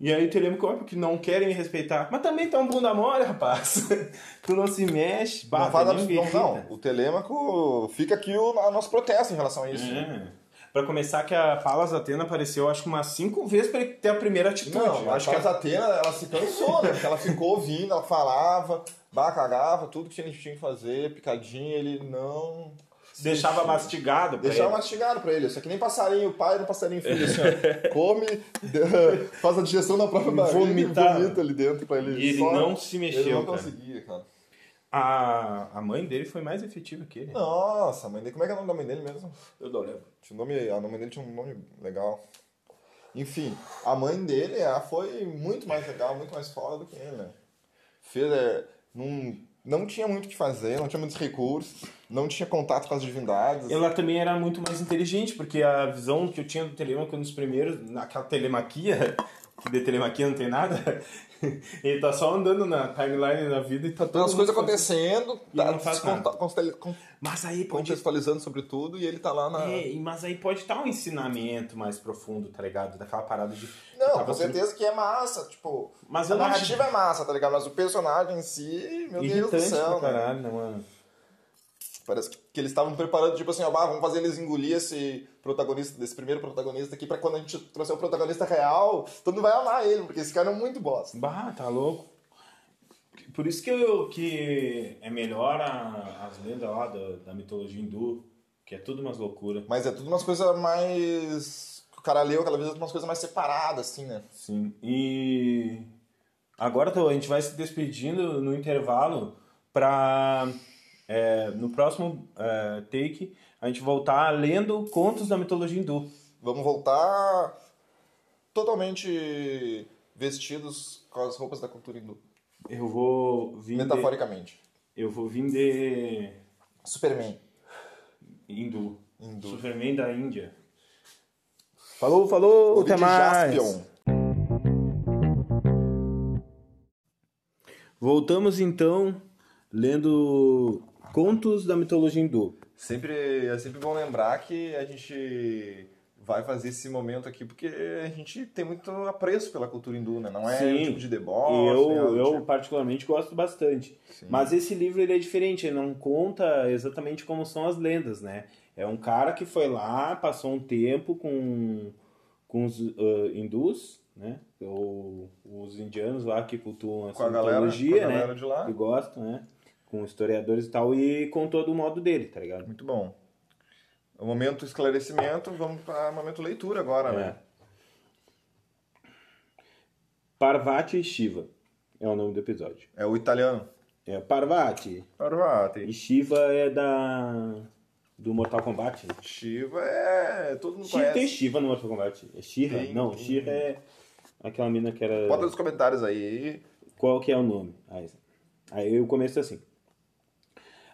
C: E aí o Telêmaco, ó, porque não querem me respeitar. Mas também tá um bunda mole, rapaz. tu não se mexe,
A: Não,
C: bata,
A: faz
C: nem
A: abs- não,
C: irrita.
A: não, o Telêmaco fica aqui o, a nosso protesto em relação a isso.
C: É. Pra começar, que a Palas Atena apareceu, acho que umas cinco vezes pra ele ter a primeira atitude.
A: Não,
C: Eu
A: acho
C: acho que
A: que
C: a
A: a Atena, ela se cansou, né? Porque ela ficou ouvindo, ela falava, bah, cagava, tudo que a gente tinha que fazer, picadinha, ele não...
C: deixava mastigado. pra
A: Deixava
C: ele.
A: mastigado pra ele, isso aqui nem passarinho, pai do passarinho filho, assim, ó. Come, de- faz a digestão na própria barriga
C: Vomitar.
A: e vomita ali dentro pra ele.
C: E ele
A: só-
C: não se mexeu,
A: Ele não
C: cara.
A: conseguia, cara.
C: A, a mãe dele foi mais efetiva que ele.
A: Nossa, a mãe dele, como é que é o nome da mãe dele mesmo?
C: Eu não lembro.
A: Tinha um nome, a mãe dele tinha um nome legal. Enfim, a mãe dele ela foi muito mais legal, muito mais foda do que ele, né? Fez, é, não, não tinha muito o que fazer, não tinha muitos recursos, não tinha contato com as divindades.
C: Ela também era muito mais inteligente, porque a visão que eu tinha do Telemaco nos primeiros, naquela telemaquia, que de telemaquia não tem nada, ele tá só andando na timeline da vida e tá todo
A: As
C: mundo
A: coisas
C: fazendo-
A: acontecendo,
C: E
A: tá
C: não faz
A: se
C: nada.
A: conta- constel- con-
C: Mas aí pode
A: contextualizando sobre tudo e ele tá lá na.
C: É, e- mas aí pode estar um ensinamento mais profundo, tá ligado? Daquela parada de. que
A: Não,
C: tava
A: com certeza que é massa, tipo.
C: Mas
A: a
C: eu não
A: narrativa é massa, tá ligado? Mas o personagem em si, meu
C: sendo
A: Deus
C: irritante
A: do céu.
C: pra
A: né?
C: caralho, né, mano?
A: Parece que que eles estavam preparando, tipo assim, ó, bah, vamos fazer eles engolir esse protagonista, desse primeiro protagonista aqui, pra quando a gente trouxer o protagonista real, todo mundo vai amar ele, porque esse cara é muito bosta.
C: Bah, tá louco. Por isso que, eu, que é melhor a- as lendas lá da, da mitologia hindu, que é tudo umas loucuras.
A: Mas é tudo umas coisas mais. O cara leu aquela vez, umas coisas mais separadas, assim, né?
C: Sim. E agora tô- a gente vai se despedindo no intervalo pra é, no próximo é, take a gente voltar lendo contos da mitologia hindu.
A: Vamos voltar totalmente vestidos com as roupas da cultura hindu,
C: Eu vou vir de,
A: metaforicamente.
C: eu vou vir de
A: Superman.
C: hindu.
A: Hindu.
C: Superman da Índia. Falou, falou,
A: Vou vir
C: até
A: de
C: mais.
A: Jaspion.
C: Voltamos então lendo contos da mitologia hindu.
A: Sempre, é sempre bom lembrar que a gente vai fazer esse momento aqui porque a gente tem muito apreço pela cultura hindu, né? Não é
C: Sim.
A: um tipo de
C: E
A: deboche.
C: eu,
A: né? Um
C: eu
A: tipo-
C: particularmente gosto bastante.
A: Sim.
C: Mas esse livro ele é diferente, ele não conta exatamente como são as lendas, né? É um cara que foi lá, passou um tempo com, com os ah, hindus, né? Ou os indianos lá que cultuam
A: com
C: essa
A: a galera,
C: assim, mitologia,
A: com a
C: né?
A: galera de lá.
C: que gostam, né? Com historiadores e tal, e contou do modo dele, tá ligado?
A: Muito bom. O momento esclarecimento, vamos para o momento leitura agora,
C: É.
A: né?
C: Parvati e Shiva é o nome do episódio.
A: É o italiano.
C: É Parvati. E
A: Parvati.
C: Shiva é da. do Mortal Kombat. né?
A: Shiva é. Todo mundo
C: Shiva, tem
A: conhece.
C: Shiva no Mortal Kombat. É Shiva?
A: Tem,
C: Não,
A: tem.
C: Shiva é aquela mina que era.
A: Bota nos comentários aí.
C: Qual que é o nome? Aí, aí eu começo assim.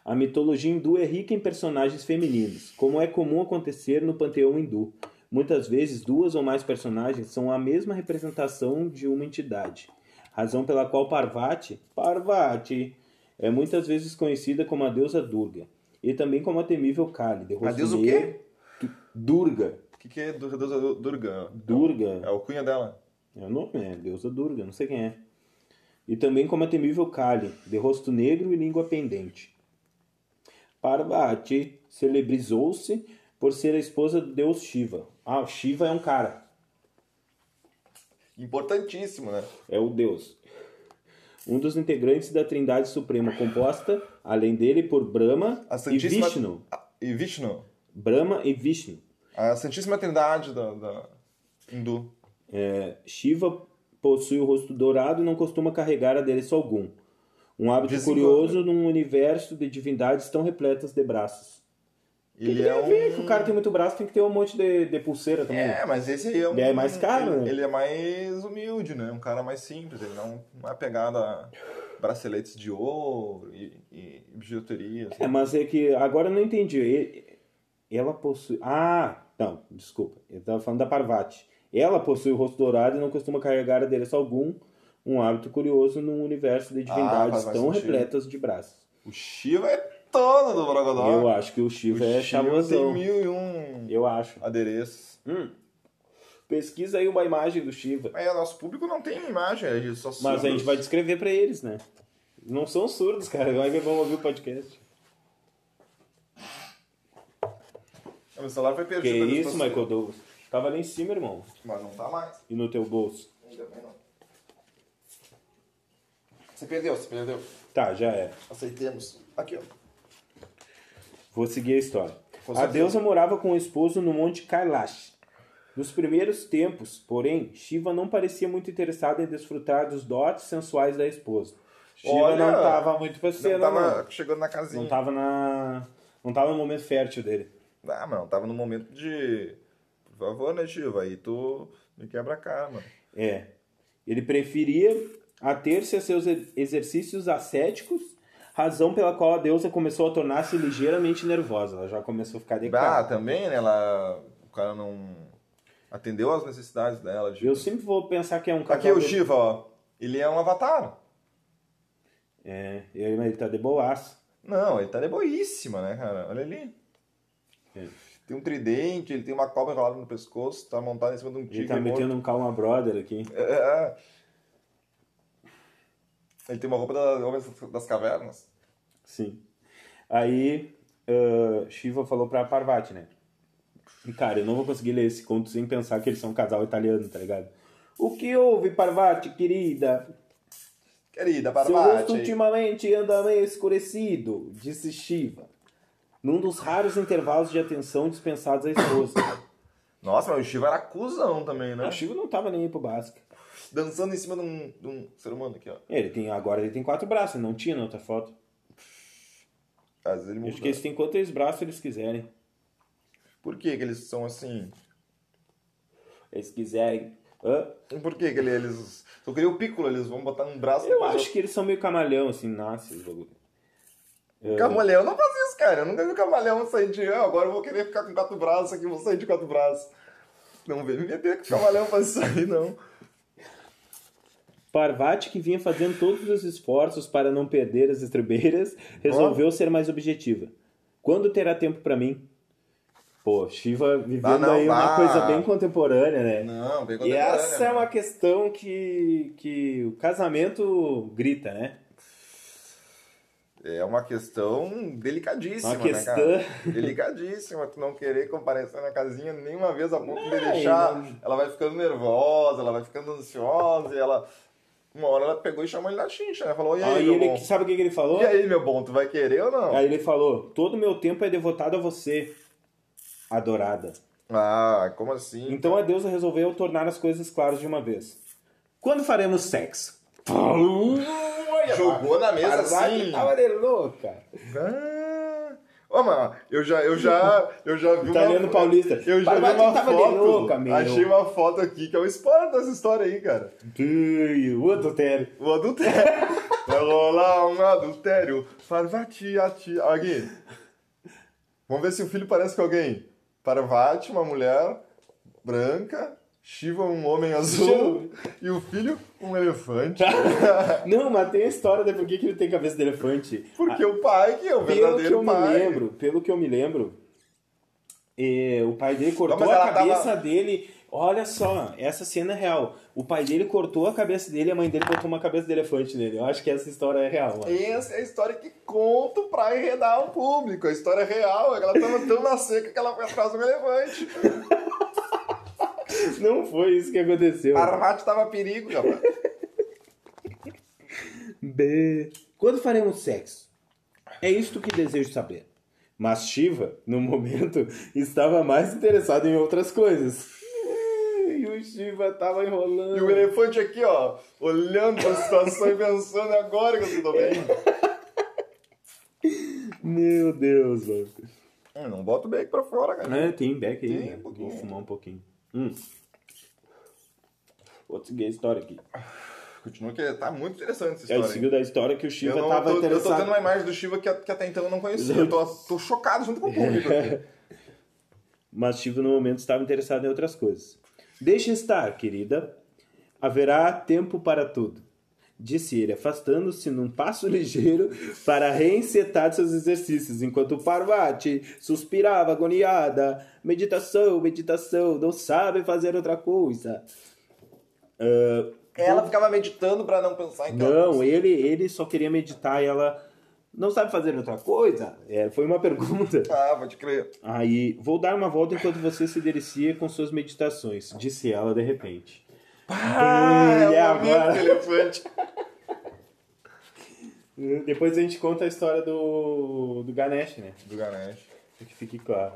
C: A mitologia hindu é rica em personagens femininos, como é comum acontecer no panteão hindu. Muitas vezes, duas ou mais personagens são a mesma representação de uma entidade. Razão pela qual Parvati, Parvati, é muitas vezes conhecida como a deusa Durga e também como a temível Kali. De
A: A deusa o
C: Rosemary.
A: quê?
C: Du- Durga.
A: O que, que é do- do- Durga?
C: Durga.
A: É o cunha dela.
C: É o nome, é a deusa Durga, não sei quem é. E também como a temível Kali, de rosto negro e língua pendente. Parvati celebrizou-se por ser a esposa do deus Shiva. Ah, o Shiva é um cara,
A: Importantíssimo, né?
C: é o deus. Um dos integrantes da Trindade Suprema, composta, além dele, por Brahma
A: A
C: e
A: Santíssima.
C: Vishnu.
A: Ah, E Vishnu.
C: Brahma e Vishnu.
A: A Santíssima Trindade da, da hindu.
C: Shiva possui o rosto dourado e não costuma carregar adereço algum. Um hábito
A: Dizem que-
C: curioso num universo de divindades tão repletas de braços. O que,
A: Ele
C: que tem
A: é
C: a ver?
A: um...
C: Que o cara tem muito braço, tem que ter um monte de, de pulseira também.
A: É, mas esse aí é um...
C: Ele é mais caro,
A: ele,
C: né?
A: ele é mais humilde, né? Um cara mais simples. Ele não, não é pegado a braceletes de ouro e, e bijuteria. assim.
C: É, mas é que agora eu não entendi. E- Ela possui. Ah, não, desculpa. Eu tava falando da Parvati. Ela possui o rosto dourado e não costuma carregar adereço algum, um hábito curioso num universo de divindades
A: Ah, faz mais
C: tão
A: sentido.
C: repletas de braços.
A: O Shiva é todo do Borogodó.
C: Eu acho que o Shiva é
A: o Shiva tem
C: chavosão.
A: mil e um
C: Eu acho.
A: adereços.
C: Hum. Pesquisa aí uma imagem do Shiva.
A: Mas o nosso público não tem imagem, a gente só
C: Mas a gente
A: surdos.
C: vai descrever pra eles, né? Não são surdos, cara. Vai que vão ouvir o podcast.
A: Ah, Meu celular foi
C: Que
A: perdido. ali,
C: isso,
A: tô-
C: Michael Douglas? Tava lá em cima, irmão.
A: Mas não tá mais.
C: E no teu bolso.
A: Ainda bem não. Você perdeu, você perdeu.
C: Tá, já é.
A: Aceitemos. Aqui, ó.
C: Vou seguir a história.
A: Com
C: A
A: certeza.
C: deusa morava com o esposo no Monte Kailash. Nos primeiros tempos, porém, Shiva não parecia muito interessado em desfrutar dos dotes sensuais da esposa. Shiva
A: Olha,
C: não tava muito pra cena,
A: Não
C: não.
A: tava assim. chegando na casinha.
C: Não tava na... Não tava no momento fértil dele.
A: Ah, mano, tava no momento de. Por favor, né, Shiva? Aí tu me quebra a cara, mano.
C: É. Ele preferia ater-se a seus e- exercícios ascéticos, razão pela qual a deusa começou a tornar-se ligeiramente nervosa. Ela já começou a ficar de
A: Ah,
C: cara.
A: também, né? Ela. O cara não. Atendeu às necessidades dela. De...
C: Eu sempre vou pensar que é um casal...
A: Aqui o
C: de-
A: Shiva, ó. Ele é um avatar.
C: É, ele ele tá de boaço.
A: Não, ele tá de boíssima, né, cara? Olha ali.
C: É.
A: Tem um tridente, ele tem uma cobra enrolada no pescoço, tá montado em cima de um
C: Ele
A: tigre.
C: tá
A: morto.
C: metendo um Calma Brother aqui.
A: É. Ele tem uma roupa da- Homem das cavernas.
C: Sim. Aí, ah, Shiva falou pra Parvati, né? E, cara, eu não vou conseguir ler esse conto sem pensar que eles são um casal italiano, tá ligado? O que houve, Parvati, querida?
A: Querida,
C: Seu rosto
A: Parvati.
C: ultimamente anda meio escurecido, disse Shiva. Num dos raros intervalos de atenção dispensados à esposa.
A: Nossa, mas o Shiva era cuzão também, né?
C: o Shiva não tava nem aí pro Basca.
A: Dançando em cima de um, de um ser humano aqui, ó.
C: Ele tem, agora ele tem quatro braços, ele não tinha na outra foto.
A: Às vezes ele
C: Eu
A: muda.
C: acho que eles têm quantos braços eles quiserem.
A: Por que que eles são assim?
C: Eles quiserem. Hã?
A: Por que que ele- eles... Eu queria o Piccolo, eles vão botar um braço...
C: Eu acho que eles são meio camalhão, assim, nasce os bagulho.
A: que... Camaleão não faz isso, cara. Eu nunca vi o camaleão sair de... Ah, agora eu vou querer ficar com quatro braços aqui, vou sair de quatro braços. Não vem me meter que o camaleão faz isso aí, não.
C: Parvati, que vinha fazendo todos os esforços para não perder as estribeiras,
A: Oh.
C: resolveu ser mais objetiva. Quando terá tempo pra mim? Pô, Shiva vivendo
A: Ah, não,
C: aí uma
A: bah.
C: coisa bem contemporânea, né?
A: Não, vem
C: E essa é
A: né?
C: uma questão que, que o casamento grita, né?
A: É uma questão delicadíssima,
C: Uma questão-
A: né, cara? Delicadíssima. Tu não querer comparecer na casinha nenhuma vez a pouco de
C: É, Não,
A: deixar.
C: e
A: Ela vai ficando nervosa, ela vai ficando ansiosa, e ela. Uma hora ela pegou e chamou ele na chincha, né? Falou, e aí,
C: Aí
A: meu
C: ele,
A: bom?
C: sabe o que que ele falou?
A: E aí, meu bom, tu vai querer ou não?
C: Aí ele falou: Todo meu tempo é devotado a você, adorada.
A: Ah, como assim?
C: Então a deusa resolveu tornar as coisas claras de uma vez. Quando faremos sexo?
A: Jogou na mesa
C: Parvati
A: assim.
C: Então, Tava de louca.
A: Ah. Ô, mano, eu já, eu já, eu já vi
C: Italiano
A: uma...
C: paulista.
A: Eu já vi
C: Parvati
A: uma
C: tava de
A: foto,
C: louca, meu.
A: achei uma foto aqui que é um spoiler dessa história aí, cara.
C: Ui, o adultério.
A: O adultério. Vai rolar um adultério. Parvati, ati... Aqui. Vamos ver se o filho parece com alguém. Parvati, uma mulher branca. Shiva, um homem azul. e o filho, um elefante.
C: Tá. Não, mas tem a história de por que que ele tem cabeça de elefante. Ah,
A: Porque o pai, que é o
C: Pelo que
A: verdadeiro
C: eu me
A: pai.
C: lembro, pelo que eu me lembro, eh, o pai dele cortou
A: mas
C: a
A: ela tava-
C: cabeça dele. Olha só, essa cena é real. O pai dele cortou a cabeça dele e a mãe dele botou uma cabeça de elefante nele. Eu acho que essa história é real, mano.
A: Essa é a história que conto pra enredar o público. A história real é que ela tava tão na seca que ela foi atrás de um elefante.
C: Não foi isso que aconteceu.
A: Parvati tava perigo, rapaz.
C: B. Quando faremos sexo? É isto que desejo saber. Mas Shiva, no momento, estava mais interessado em outras coisas. E o Shiva estava
A: E o
C: enrolando.
A: elefante aqui, ó, olhando pra situação e pensando "É agora que eu tô bem.
C: Meu Deus, mano.
A: Hum, não bota o bacon pra fora, cara.
C: É, tem back aí,
A: Tem
C: né?
A: um pouquinho.
C: Vou fumar um pouquinho. Hum. Vou seguir a história aqui.
A: Continua que tá muito interessante essa
C: Aí
A: história. hein?
C: seguiu da história que o
A: Eu,
C: Shiva
A: não,
C: estava
A: tô, eu tô tendo
C: interessado.
A: uma imagem do Shiva que, que até então eu não conhecia. Eu tô, tô chocado junto com o público aqui.
C: mas Shiva no momento estava interessado em outras coisas. Deixa estar, querida. Haverá tempo para tudo. Disse ele, afastando-se num passo ligeiro para reencetar seus exercícios, enquanto Parvati suspirava agoniada. Meditação, meditação, não sabe fazer outra coisa. Ah,
A: Ela ficava meditando pra não pensar em
C: não, ele, ele só queria meditar e ela não sabe fazer outra coisa. É, foi uma pergunta.
A: Ah, pode crer.
C: Aí, vou dar uma volta enquanto você se delicia com suas meditações, disse ela de repente.
A: Ah,
C: Brilha
A: é o momento
C: agora.
A: do elefante.
C: Depois a gente conta a história do, do Ganesh, né?
A: Do Ganesh.
C: Pra que fique claro.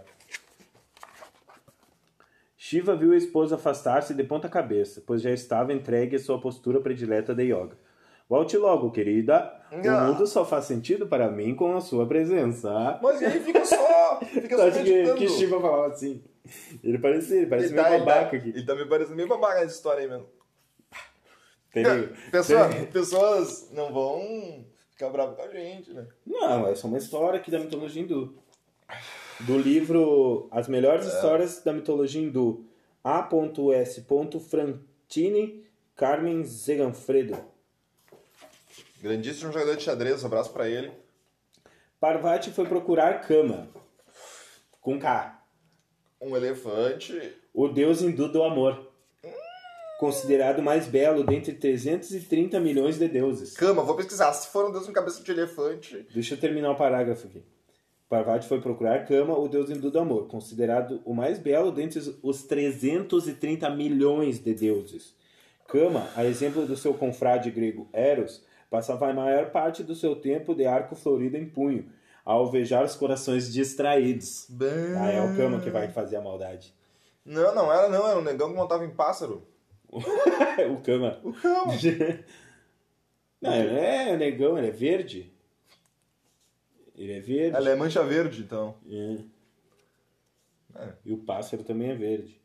C: Shiva viu a esposa afastar-se de ponta cabeça, pois já estava entregue à sua postura predileta de yoga. Volte logo, querida.
A: Ah.
C: O mundo só faz sentido para mim com a sua presença.
A: Mas ele fica só. Fica
C: Eu
A: só
C: acho que,
A: meditando.
C: que Shiva falava assim. Ele parece, ele parece
A: Ele
C: meio
A: tá, ele, tá,
C: babaca aqui.
A: ele tá me parecendo meio babaca nessa história aí mesmo.
C: Entendeu?
A: É, Pessoa, pessoas não vão ficar bravas com a gente, né?
C: Não, é só uma história aqui da mitologia hindu. Do livro As Melhores Histórias da Mitologia Hindu. A.S. Frantini Carmen Zeganfredo.
A: Grandíssimo jogador de xadrez, um abraço pra ele.
C: Parvati foi procurar Kama. Com K.
A: Um elefante.
C: O deus hindu do amor. Considerado o mais belo dentre 330 milhões de deuses.
A: Cama, vou pesquisar. Se for um deus com cabeça de elefante.
C: Deixa eu terminar o parágrafo aqui. Parvati foi procurar Kama, o deus hindu do amor, considerado o mais belo dentre os 330 milhões de deuses. Kama, a exemplo do seu confrade grego Eros, passava a maior parte do seu tempo de arco florido em punho, a alvejar os corações distraídos. Ah, é o Kama que vai fazer a maldade.
A: Não, não era, não. Era um negão que montava em pássaro.
C: o Kama.
A: O cama.
C: Não, ele é negão, ele é verde. Ele é verde.
A: Ela é mancha verde, então.
C: É.
A: É.
C: E o pássaro também é verde.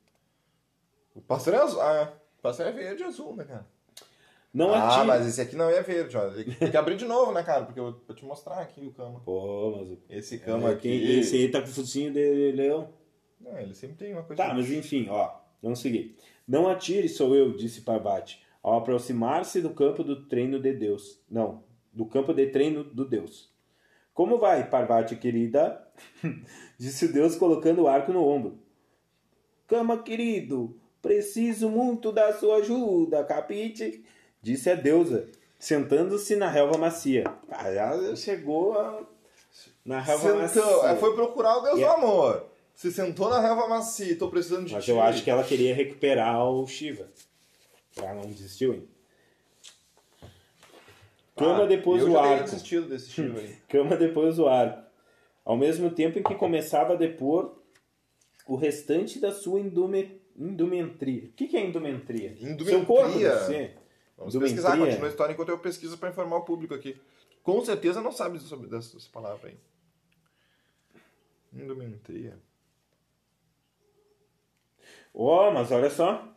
A: O pássaro é azul. Ah, o pássaro é verde e azul, né, cara?
C: Não
A: Ah,
C: ative.
A: mas esse aqui não é verde, ó. Tem que abrir de novo, né, cara? Porque eu vou te mostrar aqui o cama.
C: Pô, mas o
A: Esse cama
C: é,
A: aqui.
C: quem- Esse aí tá com o focinho de leão.
A: Não, ele sempre tem uma coisa.
C: Tá, mas enfim, ó. Vamos seguir. Não atire, sou eu, disse Parvati, ao aproximar-se do campo do treino de Deus. Não, do campo de treino do Deus. Como vai, Parvati, querida? disse o Deus, colocando o arco no ombro. Cama, querido, preciso muito da sua ajuda, capite? Disse a deusa, sentando-se na relva macia. Ah, ela chegou a... na relva
A: Sentou, é,
C: macia.
A: foi procurar o Deus
C: Yeah.
A: do amor. Se sentou na relva macia, tô precisando de
C: Mas
A: ti.
C: eu acho que ela queria recuperar o Shiva. Ela não desistiu ainda. Cama
A: Ah,
C: depois
A: eu
C: o
A: já teria
C: arco.
A: desistido desse estilo aí.
C: Cama depois o arco. Ao mesmo tempo em que começava a depor o restante da sua indume... indumentria. O que, que é indumentria?
A: Indumentria.
C: Seu corpo, né? você.
A: Vamos
C: Indumentria.
A: pesquisar, continua a história enquanto eu pesquiso pra informar o público aqui. Com certeza não sabe sobre dessa dessa palavra aí. Indumentria.
C: Ó, mas olha só.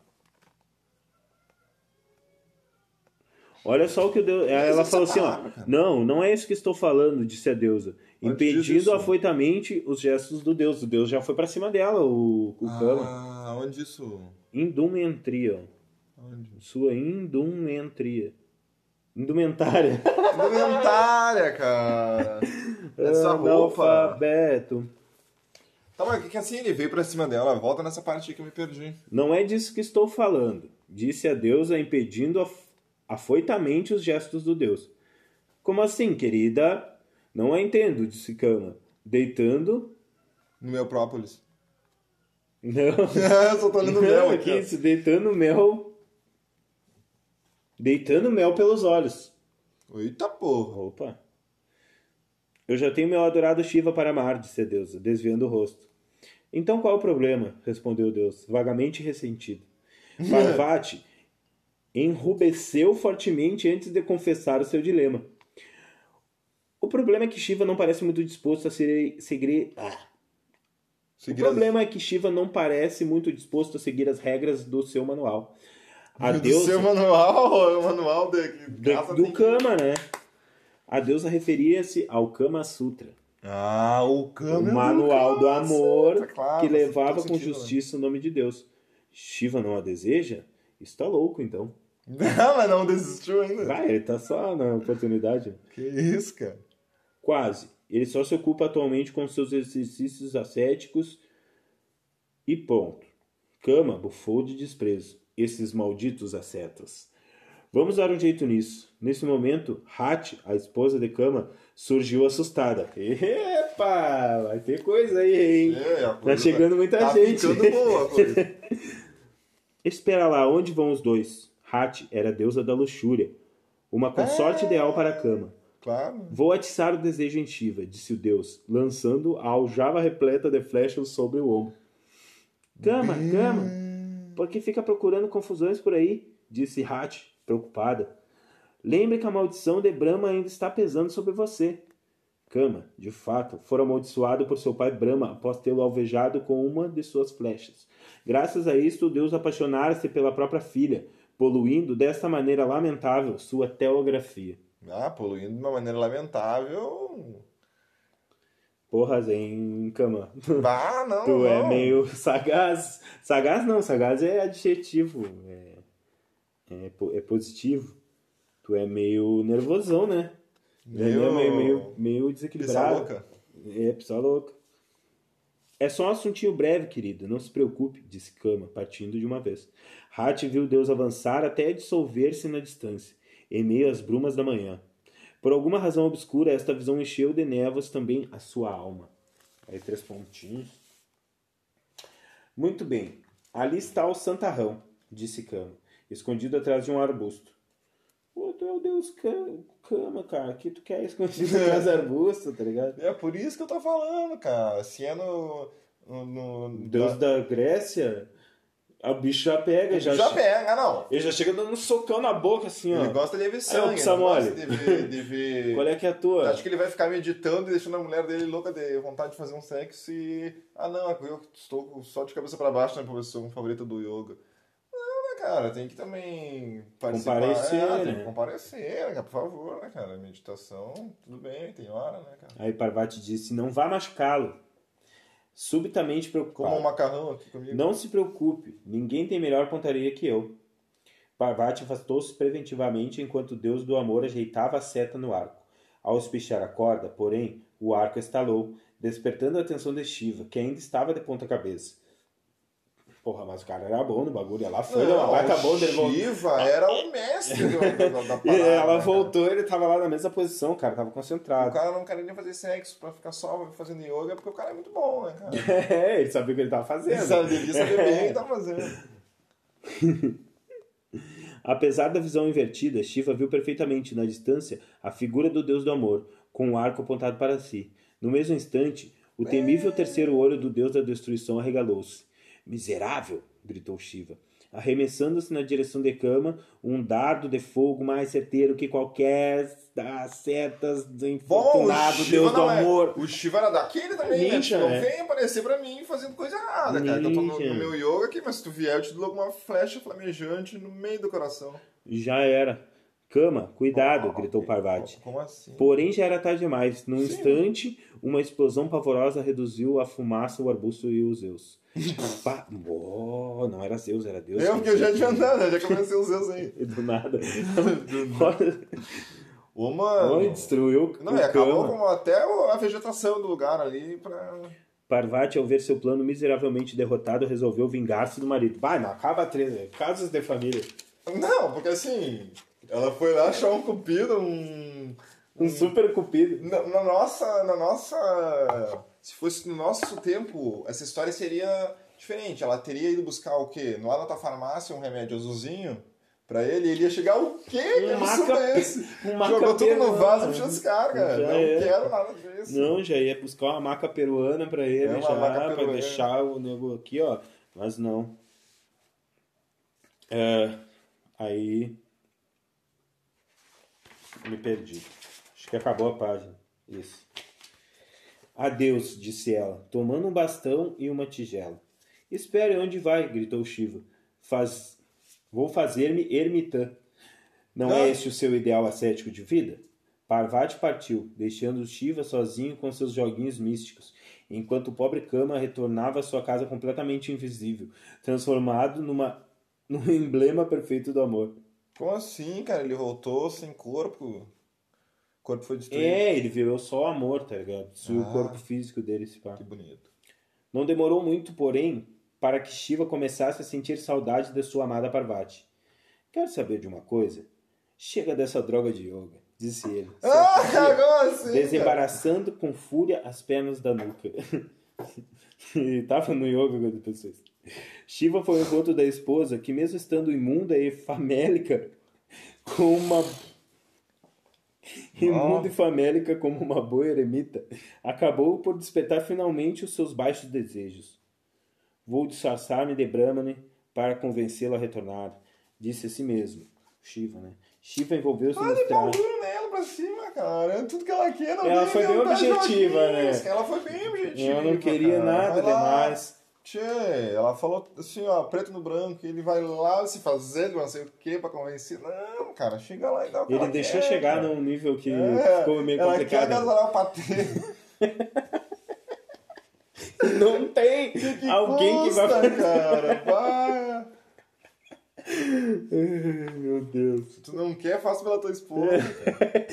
C: Olha só o que Deus. Ela
A: essa
C: falou assim,
A: palavra,
C: ó. Não, não é isso que estou falando, disse a deusa.
A: disso.
C: Impedindo afoitamente os gestos do deus. O deus já foi pra cima dela, o, o Kama.
A: Ah, onde isso?
C: Indumentria. ó.
A: Onde?
C: Sua indumentria. Indumentária.
A: Indumentária, cara. Essa
C: Ah,
A: roupa.
C: Analfabeto.
A: Tá, mas o que que é assim? Ele veio pra cima dela. Volta nessa parte aí que eu me perdi.
C: Não é disso que estou falando, disse a deusa, impedindo af- afoitamente os gestos do deus. Como assim, querida? Não a entendo, disse Kama, deitando.
A: No meu própolis.
C: Não,
A: eu só tô lendo o meu
C: não, que
A: aqui.
C: isso, deitando mel. Deitando mel pelos olhos.
A: ó. Eita porra.
C: Opa. Eu já tenho meu adorado Shiva para amar, disse a deusa, desviando o rosto. Então qual o problema? respondeu Deus, vagamente ressentido. Parvati enrubesceu fortemente antes de confessar o seu dilema. O problema é que Shiva não parece muito disposto a se- seguir. ah. O
A: Seguir as-
C: problema é que Shiva não parece muito disposto a seguir as regras do seu manual. A
A: Do
C: deusa
A: seu manual, é o manual de... graça
C: do, do
A: tem-
C: Kama, né? A deusa referia-se ao Kama Sutra,
A: Ah, o
C: o
A: câmbio.
C: manual do amor
A: Sutra, Tá claro,
C: que
A: faz
C: levava
A: todo
C: com
A: sentido, né?
C: justiça o nome de Deus. Shiva não a deseja, isso tá louco então.
A: né? Não, mas não desistiu ainda.
C: Ah, ele tá só na oportunidade.
A: Que isso, cara.
C: Quase. Ele só se ocupa atualmente com seus exercícios ascéticos e ponto. Cama bufou de desprezo. Esses malditos ascetas. Vamos dar um jeito nisso. Nesse momento, Hat, a esposa de Cama, surgiu assustada. Epa! Vai ter coisa aí, hein?
A: É, a
C: Tá
A: coisa
C: chegando muita
A: tá
C: gente.
A: ficando boa a coisa.
C: Espera lá, onde vão os dois? Hat era a deusa da luxúria. Uma consorte
A: É.
C: ideal para a Cama.
A: Claro.
C: Vou atiçar o desejo em Shiva, disse o deus, lançando a aljava repleta de flechas sobre o ombro. Cama, cama, por que fica procurando confusões por aí? Disse Hat, preocupada. Lembre que a maldição de Brahma ainda está pesando sobre você. Cama, de fato, fora amaldiçoado por seu pai Brahma após tê-lo alvejado com uma de suas flechas. Graças a isto, o deus apaixonara-se pela própria filha, poluindo desta maneira lamentável sua teografia.
A: Ah, poluindo de uma maneira lamentável.
C: Porras, hein, cama.
A: Ah, não.
C: Tu
A: não.
C: é meio sagaz. Sagaz não, sagaz é adjetivo. É, é, po- é positivo. Tu é meio nervosão, né?
A: Meio-
C: É meio, meio, meio
A: Pisa
C: desequilibrado.
A: louca.
C: É, pessoa louca. É só um assuntinho breve, querido. Não se preocupe, disse Kama, partindo de uma vez. Hat viu Deus avançar até dissolver-se na distância, em meio às brumas da manhã. Por alguma razão obscura, esta visão encheu de névoas também a sua alma. Aí, três pontinhos. Muito bem. Ali está o santarrão, disse Kama, escondido atrás de um arbusto. Pô, tu é o Deus Ka- Kama, cara. Que tu quer escondido atrás de arbusto, tá ligado?
A: É por isso que eu tô falando, cara. Se é no. no, no-
C: Deus
A: da-
C: da Grécia, a bicho já pega, já,
A: Tá. Já pega, ah, não.
C: ele já chega dando um socão na boca assim, ó.
A: Ele gosta de ver
C: Aí,
A: sangue.
C: ô,
A: ele
C: Psamole.
A: gosta de ver. De ver...
C: Qual é que é a tua?
A: Acho que ele vai ficar meditando e deixando a mulher dele louca de vontade de fazer um sexo e. Ah, não, eu estou só de cabeça pra baixo né, na minha posição favorita um do yoga. Não, né, cara? Tem que também participar.
C: Comparecer,
A: é, Tem
C: né?
A: que comparecer, né, cara? Por favor, né, cara? Meditação, tudo bem, tem hora, né, cara?
C: Aí Parvati disse: Não vá machucá-lo. Subitamente
A: Como
C: preocupado.
A: um macarrão aqui comigo.
C: Não se preocupe, ninguém tem melhor pontaria que eu. Parvati afastou-se preventivamente enquanto o deus do amor ajeitava a seta no arco. Ao espichar a corda, porém, o arco estalou, despertando a atenção de Shiva, que ainda estava de ponta cabeça. Porra, mas o cara era bom no bagulho, ela foi, não, ela acabou, ele
A: o
C: voltou.
A: Shiva era o mestre do, da, da
C: E
A: parada.
C: ela
A: né,
C: voltou, ele tava lá na mesma posição, cara,
A: cara?
C: tava
A: O
C: concentrado.
A: cara não queria nem fazer sexo pra ficar só fazendo yoga, porque o cara é muito bom, né, cara?
C: É, ele sabia o que ele tava
A: Ele
C: fazendo.
A: sabe, devia saber bem
C: É.
A: o que tá fazendo.
C: Apesar da visão invertida, Shiva viu perfeitamente na distância a figura do deus do amor, com o arco apontado para si. No mesmo instante, o temível terceiro olho do deus da destruição arregalou-se. Miserável! gritou Shiva, arremessando-se na direção de Kama, um dardo de fogo mais certeiro que qualquer das setas do
A: Bom, o
C: infortunado
A: Shiva
C: deus do
A: não é-
C: amor.
A: O Shiva era daquele também,
C: Ninja,
A: né? Tu
C: né?
A: Não vem aparecer pra mim fazendo coisa errada, cara. Então eu tô no,
C: Ninja.
A: no meu yoga aqui, mas se tu vier, eu te dou uma flecha flamejante no meio do coração.
C: Já era. Kama, cuidado! gritou Parvati.
A: Como assim?
C: Porém, já era tarde demais. Num instante, uma explosão pavorosa reduziu a fumaça, o arbusto e os Zeus. Pa- Uou, não era Zeus, era Deus.
A: Eu que eu já tinha andado, eu já comecei os seus aí.
C: Do nada.
A: Ô,
C: Oi,
A: mano.
C: destruiu o
A: Não, e acabou
C: cama.
A: com até o- a vegetação do lugar ali pra.
C: Parvati, ao ver seu plano miseravelmente derrotado, resolveu vingar-se do marido. Vai, não, acaba a
A: né?
C: treta. Casos de família.
A: Não, porque assim, ela foi lá achar um cupido, um.
C: Um super cupido.
A: Na, na nossa. Na nossa. Se fosse no nosso tempo, essa história seria diferente. Ela teria ido buscar o quê? Lá na tua farmácia, um remédio azulzinho pra ele, e ele ia chegar, o quê? Que
C: Um
A: absurdo
C: maca-
A: é esse?
C: Um
A: Jogou tudo no
C: peruano.
A: vaso, puxou os caras, cara.
C: Já
A: Não
C: é.
A: quero nada disso.
C: Não, já ia buscar uma maca peruana pra ele,
A: É uma
C: já,
A: maca
C: pra
A: peruana.
C: deixar o nego aqui, ó. Mas não. É, aí. Me perdi. Acho que acabou a página. Isso. Adeus, disse ela, tomando um bastão e uma tigela. Espere, onde vai? gritou Shiva. Faz... Vou fazer-me ermitã. Não
A: Ah.
C: é esse o seu ideal ascético de vida? Parvati partiu, deixando Shiva sozinho com seus joguinhos místicos, enquanto o pobre Kama retornava à sua casa completamente invisível, transformado numa, num emblema perfeito do amor.
A: Como assim, cara? Ele voltou sem corpo. O corpo foi destruído.
C: É, ele virou só amor, tá ligado? Destruiu
A: Ah.
C: o corpo físico dele, se pá.
A: Que bonito.
C: Não demorou muito, porém, para que Shiva começasse a sentir saudade da sua amada Parvati. Quero saber de uma coisa? Chega dessa droga de yoga, disse ele.
A: Ah,
C: Certo dia,
A: como assim? cara?
C: desembaraçando com fúria as pernas da nuca. e tava no yoga quando pensou isso. Shiva foi ao encontro da esposa, que mesmo estando imunda e famélica, com uma... Imunda e famélica como uma boa eremita, acabou por despertar finalmente os seus baixos desejos. Vou disfarçar-me de Brahmane para convencê-la a retornar, disse a si mesmo. Shiva, né? Shiva envolveu-se
A: Ah,
C: nos
A: de pau
C: trajes.
A: duro nela pra cima, cara. É Tudo que ela quer, não
C: um Ela
A: vem
C: foi bem
A: inventar
C: objetiva,
A: joguinhos.
C: né?
A: Ela foi bem objetiva.
C: Eu não queria
A: cara.
C: nada
A: Vai lá.
C: demais.
A: Tchê, ela falou assim, ó, preto no branco, e ele vai lá se fazer de não sei o que pra convencer. Não, cara, chega lá e dá o que
C: Ele
A: ela
C: deixou
A: quer,
C: chegar
A: cara.
C: num nível que
A: É,
C: ficou meio
A: ela quer
C: complicado.
A: agasalhar o patê.
C: Não tem
A: Que
C: alguém
A: custa,
C: que vai.
A: cara. Pá.
C: Ai, Meu Deus.
A: Se tu não quer, faça pela tua esposa.
C: É.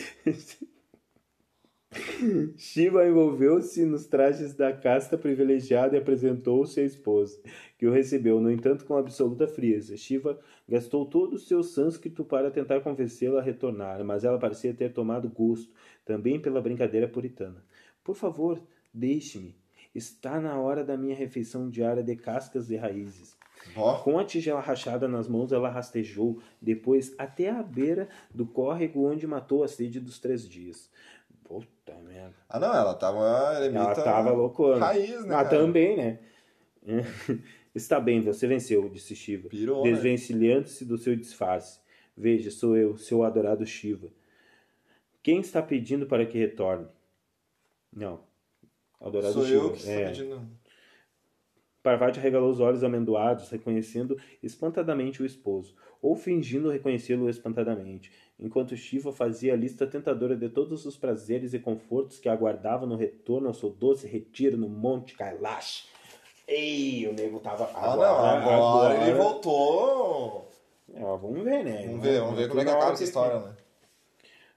C: Shiva envolveu-se nos trajes da casta privilegiada e apresentou-se à esposa, que o recebeu, no entanto, com absoluta frieza. Shiva gastou todo o seu sânscrito para tentar convencê-la a retornar, mas ela parecia ter tomado gosto, também pela brincadeira puritana. Por favor, deixe-me. Está na hora da minha refeição diária de cascas e raízes.
A: Ó,
C: Com a tigela rachada nas mãos, ela rastejou, depois até a beira do córrego onde matou a sede dos três dias. Puta merda.
A: Ah, não, ela tava eremita.
C: Ela tava loucona.
A: Raiz, tá né?
C: Ah,
A: cara?
C: também, né? Está bem, você venceu, disse Shiva,
A: Pirou, né?
C: desvencilhando-se do seu disfarce. Veja, sou eu, seu adorado Shiva. Quem está pedindo para que retorne? Não. Adorado
A: Sou
C: Shiva.
A: eu que estou
C: é.
A: pedindo.
C: Parvati regalou os olhos amendoados, reconhecendo espantadamente o esposo, ou fingindo reconhecê-lo espantadamente, enquanto Shiva fazia a lista tentadora de todos os prazeres e confortos que aguardava no retorno ao seu doce retiro no Monte Kailash. Ei, o nego tava.
A: Ah, não, agora, ele voltou.
C: É, vamos ver, né?
A: Vamos ver, vamos ver como é que acaba essa história, né?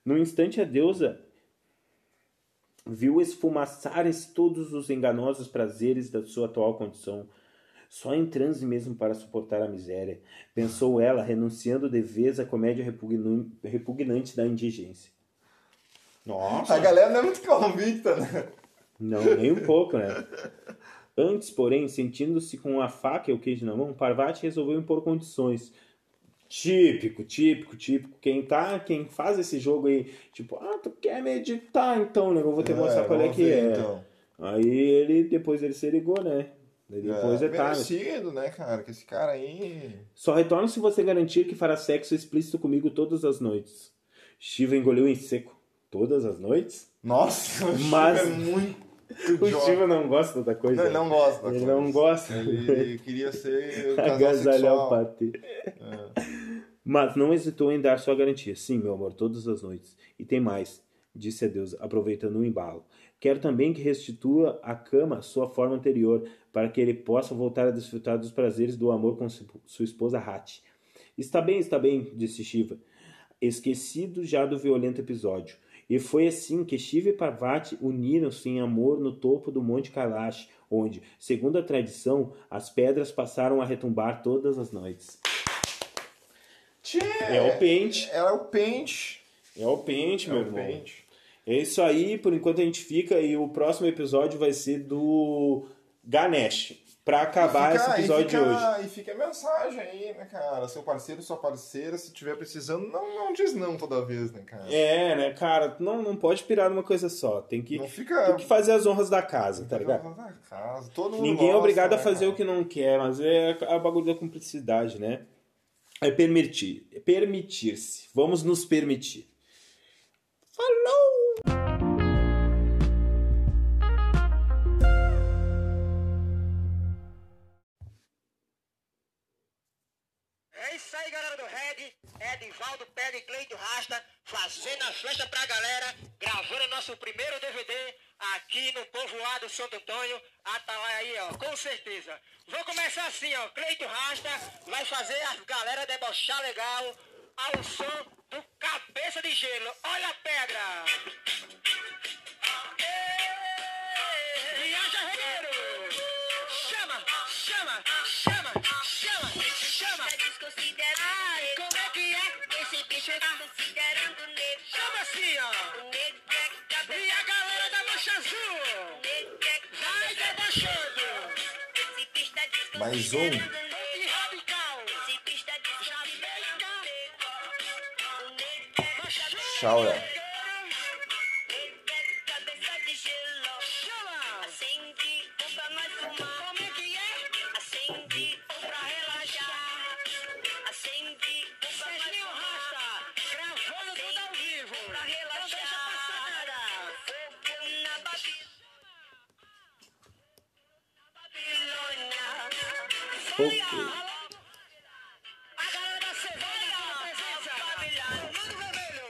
C: Num instante, a deusa viu esfumaçarem-se todos os enganosos prazeres da sua atual condição. Só em transe mesmo para suportar a miséria, pensou ela, renunciando de vez à comédia repugnu- repugnante da indigência.
A: A
C: Nossa!
A: galera não é muito convicta, né?
C: Não, nem um pouco, né? Antes, porém, sentindo-se com a faca e o queijo na mão, Parvati resolveu impor condições. Típico, típico, típico. Quem tá, quem faz esse jogo aí, tipo, ah, tu quer meditar então, né? Eu vou te mostrar qual é
A: vamos
C: que
A: ver,
C: é.
A: então.
C: Aí ele, depois ele se ligou, né? Daí Depois é, tarde.
A: merecido, né, cara? Que esse cara aí.
C: Só retorno se você garantir que fará sexo explícito comigo todas as noites. Shiva engoliu em seco. Todas as noites?
A: Nossa, o Chico
C: Mas-
A: é muito.
C: O
A: jovem.
C: Shiva não gosta da coisa.
A: Não, ele não gosta.
C: Ele
A: cara.
C: não gosta.
A: Ele, ele queria ser um casal
C: agasalhar o
A: sexual. É.
C: patê. Mas não hesitou em dar sua garantia. Sim, meu amor, todas as noites. E tem mais, disse a deusa, aproveitando o embalo. Quero também que restitua à cama sua forma anterior, para que ele possa voltar a desfrutar dos prazeres do amor com su- sua esposa Hati. Está bem, está bem, disse Shiva, esquecido já do violento episódio. E foi assim que Shiva e Parvati uniram-se em amor no topo do Monte Kailash, onde, segundo a tradição, as pedras passaram a retumbar todas as noites.
A: Tchê,
C: É, o pente.
A: Era o pente.
C: É o pente,
A: É
C: meu
A: o
C: irmão.
A: pente.
C: É isso aí, por enquanto a gente fica e o próximo episódio vai ser do Ganesh, pra acabar
A: Fica-
C: esse episódio
A: e fica,
C: de hoje.
A: E fica a mensagem aí, né, cara? Seu parceiro, sua parceira, se tiver precisando, não, não diz não toda vez, né, cara?
C: É, né, cara, não, não pode pirar numa coisa só, tem que,
A: Não
C: tem
A: fica.
C: que fazer as honras da casa, tá ligado?
A: Ah, casa, todo mundo
C: Ninguém é
A: gosta,
C: obrigado a
A: né,
C: fazer
A: cara?
C: o que não quer, mas é a bagulho da cumplicidade, né? É permitir. É permitir-se. Vamos nos permitir.
B: É isso aí. aí, galera do Red, Edivaldo, Pele, Cleito, Rasta, fazendo a festa pra galera, gravando nosso primeiro DVD aqui no povoado Santo Antônio, Atalaia aí, ó, com certeza. Vou começar assim, ó, Cleito Rasta vai fazer a galera debochar legal ao som do Cabeça de Gelo. Olha a pedra! Viaja Regueiro! Chama, chama, chama, chama, chama! Ai, como é que é? Esse bicho tá considerando negro. Chama assim, ó! E a galera da mancha azul! Vai debochando!
A: Mais um.
B: E radical! Jamaica! Mancha
A: Shaura.
B: Cabeça de gelo. Chama! Acende um pra nós fumar. Como é que é? Acende um pra relaxar. Acende um pra nós fumar. Rasta, gravando tudo ao vivo. Pra relaxar. Não deixa passar nada. Fogo na babi- Babilônia.
C: Ok.
B: A galera da Cevada com presença. Comando vermelho.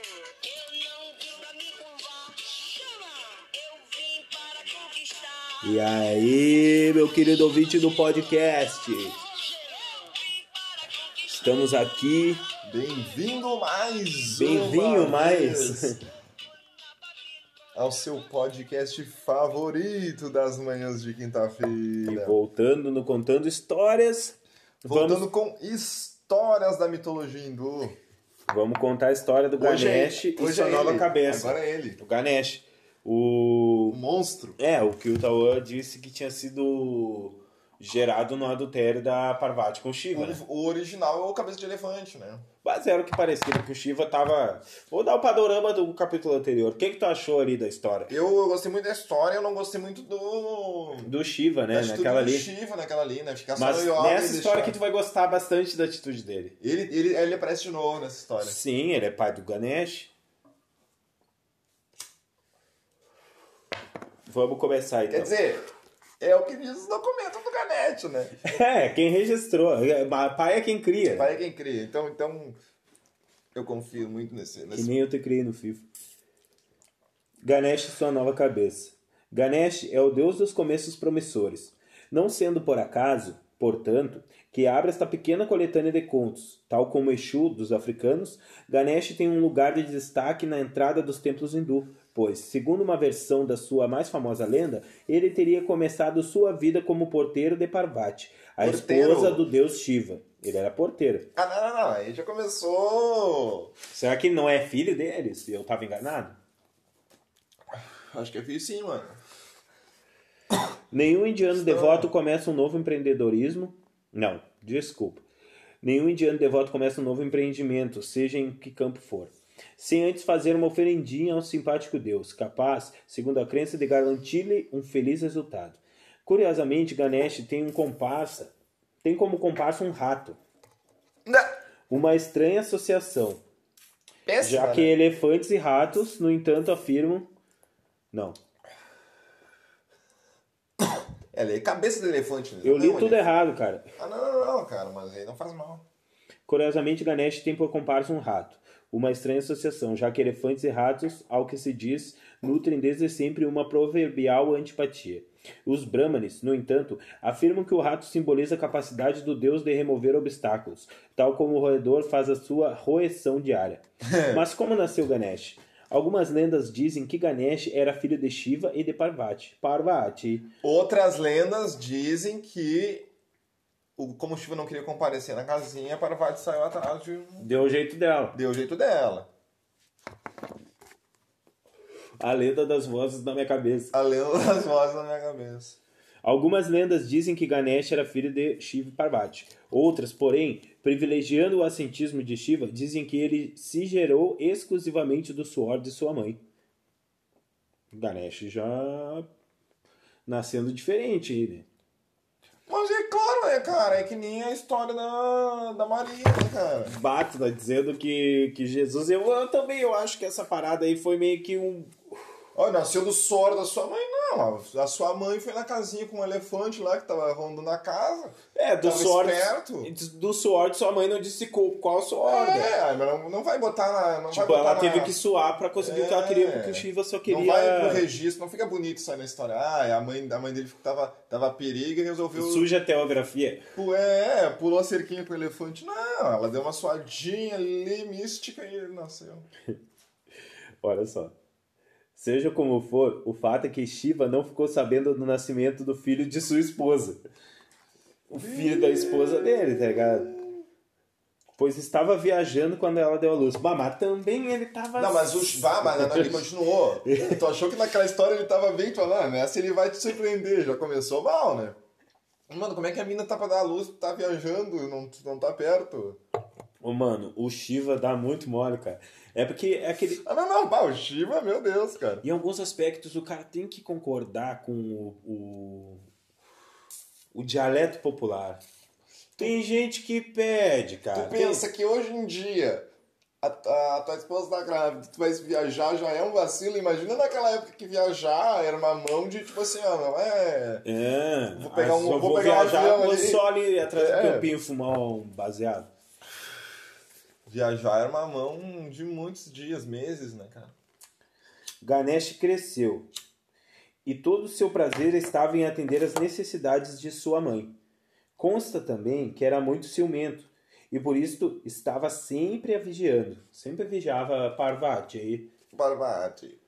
B: é Eu não vim pra me curvar. Chama. Eu vim para conquistar.
C: E aí, meu querido ouvinte do podcast,
B: Eu vim para conquistar.
C: estamos aqui.
A: Bem-vindo mais
C: Bem-vindo
A: uma
C: mais.
A: vez ao seu podcast favorito das manhãs de
C: E
A: quinta-feira.
C: voltando no Contando Histórias, vamos,
A: Voltando com histórias da mitologia hindu.
C: vamos contar a história do Ganesh
A: é-
C: e sua
A: é
C: nova
A: ele.
C: cabeça.
A: Agora é ele.
C: O Ganesh.
A: O
C: O.
A: monstro.
C: É, o que o Tauã disse que tinha sido gerado no adultério da Parvati com Shiva. né?
A: O, o original é o cabeça de elefante, né?
C: Mas era o que parecia, porque o Shiva tava. Vou dar o panorama do capítulo anterior. O que, que tu achou ali da história?
A: Eu gostei muito da história, eu não gostei muito do.
C: Do Shiva,
A: da
C: né?
A: atitude
C: Naquela
A: do
C: ali.
A: Shiva, naquela ali, né? Ficar só
C: Mas
A: no yoga e
C: nessa história
A: deixar-
C: que tu vai gostar bastante da atitude dele.
A: Ele, ele, ele aparece de novo nessa história.
C: Sim, ele é pai do Ganesh. Vamos começar então.
A: Quer dizer, é o que diz o documento do Ganete, né?
C: É, quem registrou. É, mas Pai é quem cria.
A: Pai é quem cria. Então, então eu confio muito nesse.
C: Que
A: nesse...
C: nem eu te criei no FIFA. Ganesh e sua nova cabeça. Ganesh é o deus dos começos promissores. Não sendo por acaso, portanto, que abre esta pequena coletânea de contos. Tal como Exu dos africanos, Ganesh tem um lugar de destaque na entrada dos templos hindu, pois, segundo uma versão da sua mais famosa lenda, ele teria começado sua vida como porteiro de Parvati, a
A: Porteiro?
C: esposa do deus Shiva. Ele era porteiro.
A: Ah, não, não, não. Aí já começou.
C: Será que não é filho deles? Eu estava enganado?
A: Acho que é filho sim, mano.
C: Nenhum indiano devoto começa um novo empreendedorismo. Não, desculpa. Nenhum indiano devoto começa um novo empreendimento, seja em que campo for, sem antes fazer uma oferendinha ao simpático Deus, capaz, segundo a crença, de garantir-lhe um feliz resultado. Curiosamente, Ganesh tem um comparsa, tem como comparsa um rato.
A: Não.
C: Uma estranha associação,
A: Péssima,
C: já que
A: né?
C: elefantes e ratos, no entanto, afirmam. Não,
A: Ela é cabeça de elefante. Né?
C: eu
A: Não,
C: li
A: olha.
C: tudo errado, cara.
A: Ah, não, não, não, cara. Mas aí não faz mal.
C: Curiosamente, Ganesh tem por comparsa um rato. Uma estranha associação, já que elefantes e ratos, ao que se diz, nutrem desde sempre uma proverbial antipatia. Os brahmanes, no entanto, afirmam que o rato simboliza a capacidade do deus de remover obstáculos, tal como o roedor faz a sua roeção diária. Mas como nasceu Ganesh? Algumas lendas dizem que Ganesh era filho de Shiva e de Parvati. Parvati.
A: Outras lendas dizem que o, como o Shiva não queria comparecer na casinha, Parvati saiu atrás de um.
C: Deu o jeito dela.
A: Deu o jeito dela.
C: A lenda das vozes na minha cabeça.
A: A lenda das vozes na minha cabeça.
C: Algumas lendas dizem que Ganesh era filho de Shiva e Parvati. Outras, porém, privilegiando o ascentismo de Shiva, dizem que ele se gerou exclusivamente do suor de sua mãe. Ganesh já nascendo diferente, aí, né?
A: Mas é claro, né, cara? É que nem a história da, da Maria, né, cara?
C: Bato, tá né, dizendo que, que Jesus... Eu, eu também eu acho que essa parada aí foi meio que um...
A: Ó, nasceu do soro da sua mãe. Não, a- a sua mãe foi na casinha com um elefante lá que tava rondando a casa.
D: É, do
A: Tava
D: suor.
A: esperto.
D: Do suor de sua mãe não disse co- qual suor, né?
A: É, mas não, não vai botar na. Não vai
D: Tipo,
A: botar
D: ela
A: na-
D: teve que suar pra conseguir o que ela queria,
A: É.
D: porque o Shiva só
A: Não
D: queria.
A: vai pro registro, não fica bonito sair na história. Ah, a mãe, a mãe dele tava, tava periga e resolveu.
D: Suja a teografia.
A: Pu- É, pulou a cerquinha pro elefante. Não, ela deu uma suadinha ali, mística, e ele nasceu.
C: Olha só. Seja como for, o fato é que Shiva não ficou sabendo do nascimento do filho de sua esposa. O filho da esposa dele, tá ligado? Pois estava viajando quando ela deu a luz. Bah, Mas também ele estava.
A: Não, mas o Vá, mas tá não, ele continuou. Tu achou que naquela história ele tava bem, tu falou, ah, nessa ele vai te surpreender, já começou mal, né? Mano, como é que a mina tá pra dar a luz, tá viajando, não, não tá perto?
C: Ô, mano, o Shiva dá muito mole, cara. É porque é aquele.
A: Ah, não, não, pá, o Shiva, meu Deus, cara.
C: Em alguns aspectos, o cara tem que concordar com o, o, o dialeto popular. Tem gente que pede, cara.
A: Tu
C: Tem-
A: pensa que hoje em dia a, a tua esposa tá grávida, tu vai viajar, já é um vacilo. Imagina naquela época que viajar era uma mão de tipo assim, ó, não é.
C: É,
A: Vou pegar um-
C: só
A: vou
C: vou,
A: pegar um
C: viajar,
A: avião
C: vou
A: ali.
C: só ali atrás
A: É.
C: do campinho fumar um baseado.
A: Viajar era uma mão de muitos dias, meses, né, cara?
C: Ganesh cresceu e todo o seu prazer estava em atender às necessidades de sua mãe. Consta também que era muito ciumento e por isso estava sempre a vigiando, sempre vigiava Parvati aí.
A: Barbati.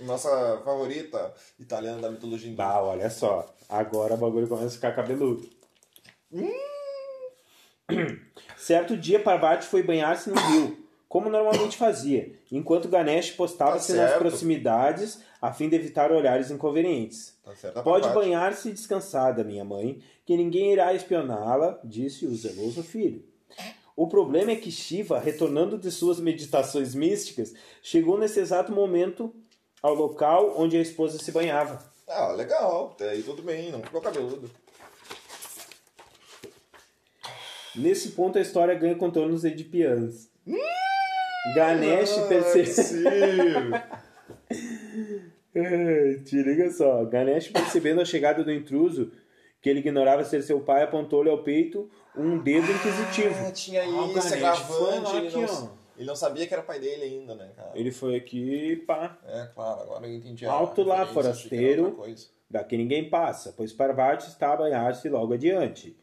A: Nossa favorita italiana da mitologia hindu.
C: Bah, olha só, agora o bagulho começa a ficar cabeludo. Hum. Certo dia, Parvati foi banhar-se no rio, como normalmente fazia, enquanto Ganesh postava-se
A: Tá
C: nas
A: certo.
C: proximidades a fim de evitar olhares inconvenientes.
A: Tá certo?
C: Pode
A: Barbati.
C: banhar-se descansada, minha mãe, que ninguém irá espioná-la, disse o zeloso filho. O problema é que Shiva, retornando de suas meditações místicas, chegou nesse exato momento ao local onde a esposa se banhava.
A: Ah, legal. Até aí tudo bem, não ficou cabeludo.
C: Nesse ponto, a história ganha contornos edipianos. Ganesh
A: Ah,
C: percebeu.
A: sim.
C: Te liga só. Ganesh, percebendo a chegada do intruso, que ele ignorava ser seu pai, apontou-lhe ao peito um dedo
A: Ah,
C: inquisitivo.
A: tinha
C: Ah, o
A: isso,
C: Ganesh foi
A: agravante.
C: lá
A: Ele,
C: aqui,
A: não- ele não sabia que era pai dele ainda, né, cara?
C: Ele foi aqui, pá.
A: É, claro, agora eu entendi. a
C: Alto lá,
A: referência, achei que era
C: forasteiro.
A: outra coisa.
C: Daqui ninguém passa, pois Parvati está a banhar-se logo adiante.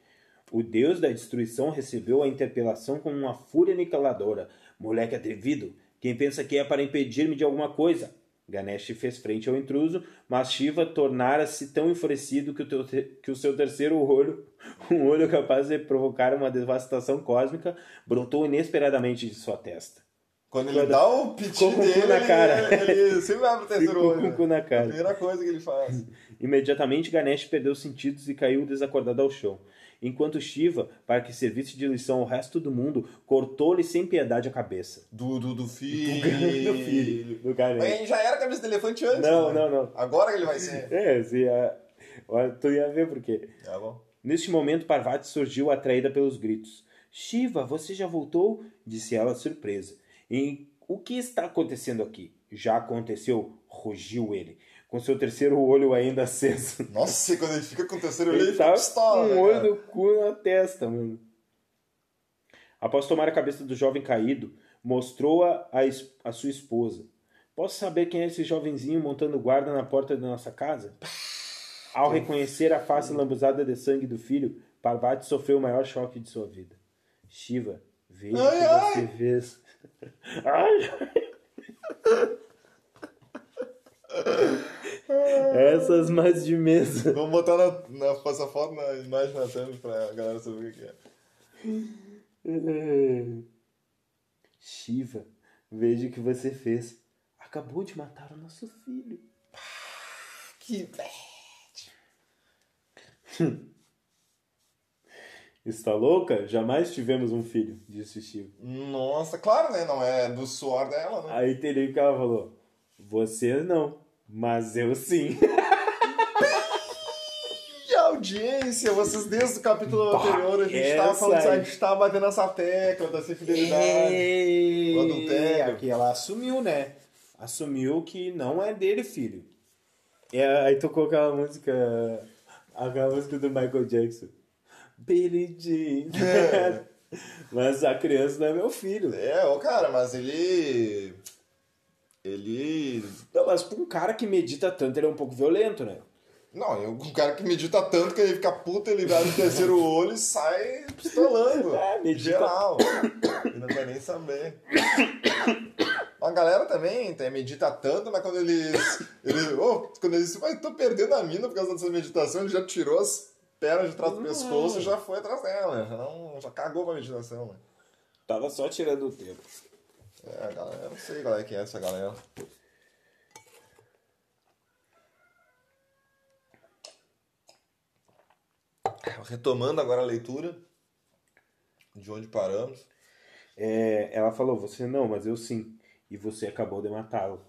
C: O deus da destruição recebeu a interpelação com uma fúria aniquiladora. Moleque atrevido, quem pensa que é para impedir-me de alguma coisa? Ganesh fez frente ao intruso, mas Shiva tornara-se tão enfurecido que o, teu- que o seu terceiro olho, um olho capaz de provocar uma devastação cósmica, brotou inesperadamente de sua testa.
A: Quando ele
C: Quando-
A: dá o piti
C: Ficou com o cu
A: dele,
C: na
A: ele-
C: cara.
A: Ele, sempre abre o terceiro
C: Ficou
A: olho.
C: com o
A: né? É
C: cu na
A: a
C: cara.
A: primeira coisa que ele faz.
C: Imediatamente Ganesh perdeu os sentidos e caiu desacordado ao chão, enquanto Shiva, para que servisse de lição ao resto do mundo, cortou-lhe sem piedade a cabeça.
A: Do, do, do filho.
C: Do filho, do
A: Mas
C: Ganesh.
A: ele já era cabeça de elefante antes.
C: Não,
A: né?
C: não, não.
A: Agora que ele vai ser.
C: É, se ia... Olha, tu ia ver por quê.
A: Tá bom.
C: Neste momento, Parvati surgiu atraída pelos gritos. Shiva, você já voltou? Disse ela surpresa. E o que está acontecendo aqui? Já aconteceu, rugiu ele, com seu terceiro olho ainda aceso.
A: Nossa, quando ele fica com o terceiro olho, ele
C: Ele
A: fica
C: tá
A: pistola.
C: com
A: né,
C: um olho
A: cara?
C: do cu na testa, mano. Após tomar a cabeça do jovem caído, mostrou-a à es- à sua esposa. Posso saber quem é esse jovenzinho montando guarda na porta da nossa casa? Ao reconhecer a face lambuzada de sangue do filho, Parvati sofreu o maior choque de sua vida. Shiva, veja o
A: Ai,
C: que
A: ai!
C: você fez. Ai! Essas mais de mesa.
A: Vamos botar na, na, essa foto na imagem na thumb pra galera saber o que que é.
C: Shiva, veja o que você fez. Acabou de matar o nosso filho.
A: Que
C: Está louca? Jamais tivemos um filho, disse Shiva.
A: Nossa, claro, né? Não é do suor dela, né?
C: Aí Terei que ela falou: Você não, mas eu sim.
A: E a audiência, vocês desde o capítulo
C: Bah,
A: anterior, a gente tava
C: essa
A: falando, isso, a
C: aí.
A: gente tava batendo essa tecla da sem fidelidade.
C: Ei,
A: O adultério.
C: Aqui ela assumiu, né? assumiu que não é dele, filho. E aí tocou aquela música. Aquela música do Michael Jackson. Billy Jean. É. Mas a criança não é meu filho.
A: É, ô cara, mas ele. Ele.
C: Não, mas pra um cara que medita tanto, ele é um pouco violento, né?
A: Não, é um cara que medita tanto que ele fica puto, ele abre o terceiro olho e sai pistolando.
C: É, medita.
A: Geral. Ele não vai nem saber. A galera também tem- medita tanto, mas quando eles. Ele, oh, quando eles dizem, mas tô perdendo a mina por causa dessa meditação, ele já tirou as pernas de trás
C: Uhum.
A: do pescoço e já foi atrás dela. Já, não, já cagou pra meditação. né?
C: Tava só tirando o tempo.
A: É, a galera, eu não sei qual é que é essa galera. Retomando agora a leitura, de onde paramos.
C: É, ela falou, você não, mas eu sim. E você acabou de matá-lo.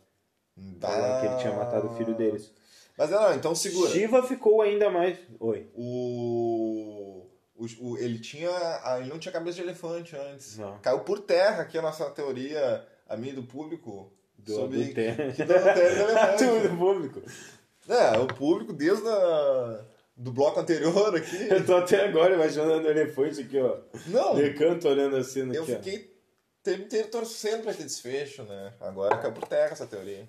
C: Tá. Falando
A: Ah.
C: que ele tinha matado o filho deles.
A: Mas não, então segura.
C: Shiva ficou ainda mais. Oi.
A: O, o, o- ele tinha ah, ele não tinha cabeça de elefante antes
C: Não.
A: caiu por terra aqui a nossa teoria a minha e do público
C: Do
A: sobre
C: adultério.
A: que do
C: é
A: adultério do elefante.
C: Tudo público.
A: é o público desde a, do bloco anterior aqui
C: Eu tô até agora imaginando o elefante aqui, ó.
A: não
C: De canto olhando assim no
A: eu
C: que, ó.
A: fiquei o tempo inteiro torcendo pra esse desfecho né agora caiu por terra essa teoria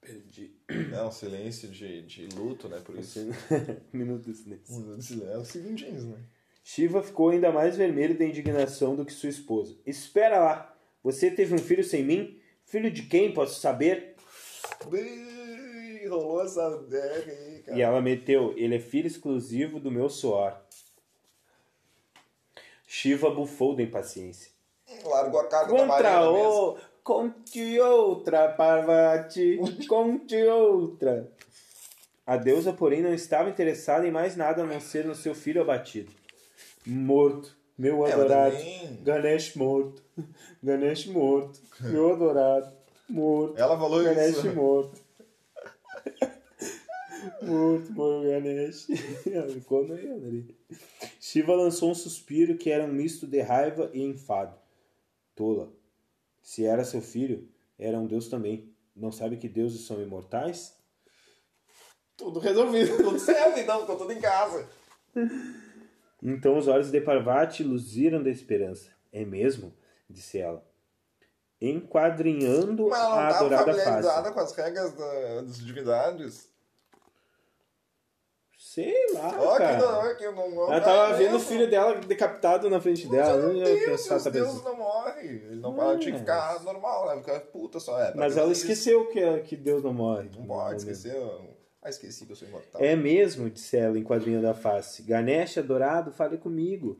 C: Perdi.
A: é um silêncio de, de luto né por isso
C: Minuto de silêncio.
A: Um minuto de silêncio. é os segundinhos né
C: Shiva ficou ainda mais vermelho da indignação do que sua esposa. Espera lá. Você teve um filho sem mim? Filho de quem? Posso saber?
A: Ih, rolou essa DR aí cara
C: E ela meteu: Ele é filho exclusivo do meu suor. Shiva bufou da impaciência.
A: largou a carga da Maria
C: Contra
A: na mesa.
C: o. Conte outra, Parvati. Conte outra. A deusa, porém, não estava interessada em mais nada a não ser no seu filho abatido. Morto. Meu
A: É, mas
C: adorado.
A: também-
C: Ganesh morto. Ganesh morto. Meu adorado. Morto.
A: Ela falou
C: Ganesh
A: isso.
C: morto. Morto, meu Ganesh. Ela Ficou noiando ali. Shiva lançou um suspiro que era um misto de raiva e enfado. Tola. Se era seu filho, era um deus também. Não sabe que deuses são imortais?
A: Tudo resolvido, tudo certo então, ficou tudo em casa.
C: Então os olhos de Parvati luziram da esperança. É mesmo? disse ela. Enquadrinhando
A: Mas ela
C: a
A: não estava
C: adorada é
A: familiarizada
C: face.
A: com as regras da- das divindades.
C: Sei lá,
A: Ó, que
C: Ah, cara.
A: não, é que não morre.
C: Ela tava vendo o filho dela decapitado na frente dela. Não ia
A: Deus,
C: pensar,
A: os
C: tá
A: deuses
C: pensando.
A: não morrem. Ele não ela tinha que ficar normal, né? Ficar puta só. É, pra
C: Mas
A: Deus
C: ela
A: existe.
C: esqueceu que, é, que Deus não morre. né?
A: Não pode, esqueceu. Ah, esqueci que eu sou imortal.
C: É mesmo, disse ela, enquadrinhando a face. Ganesh, adorado, fale comigo.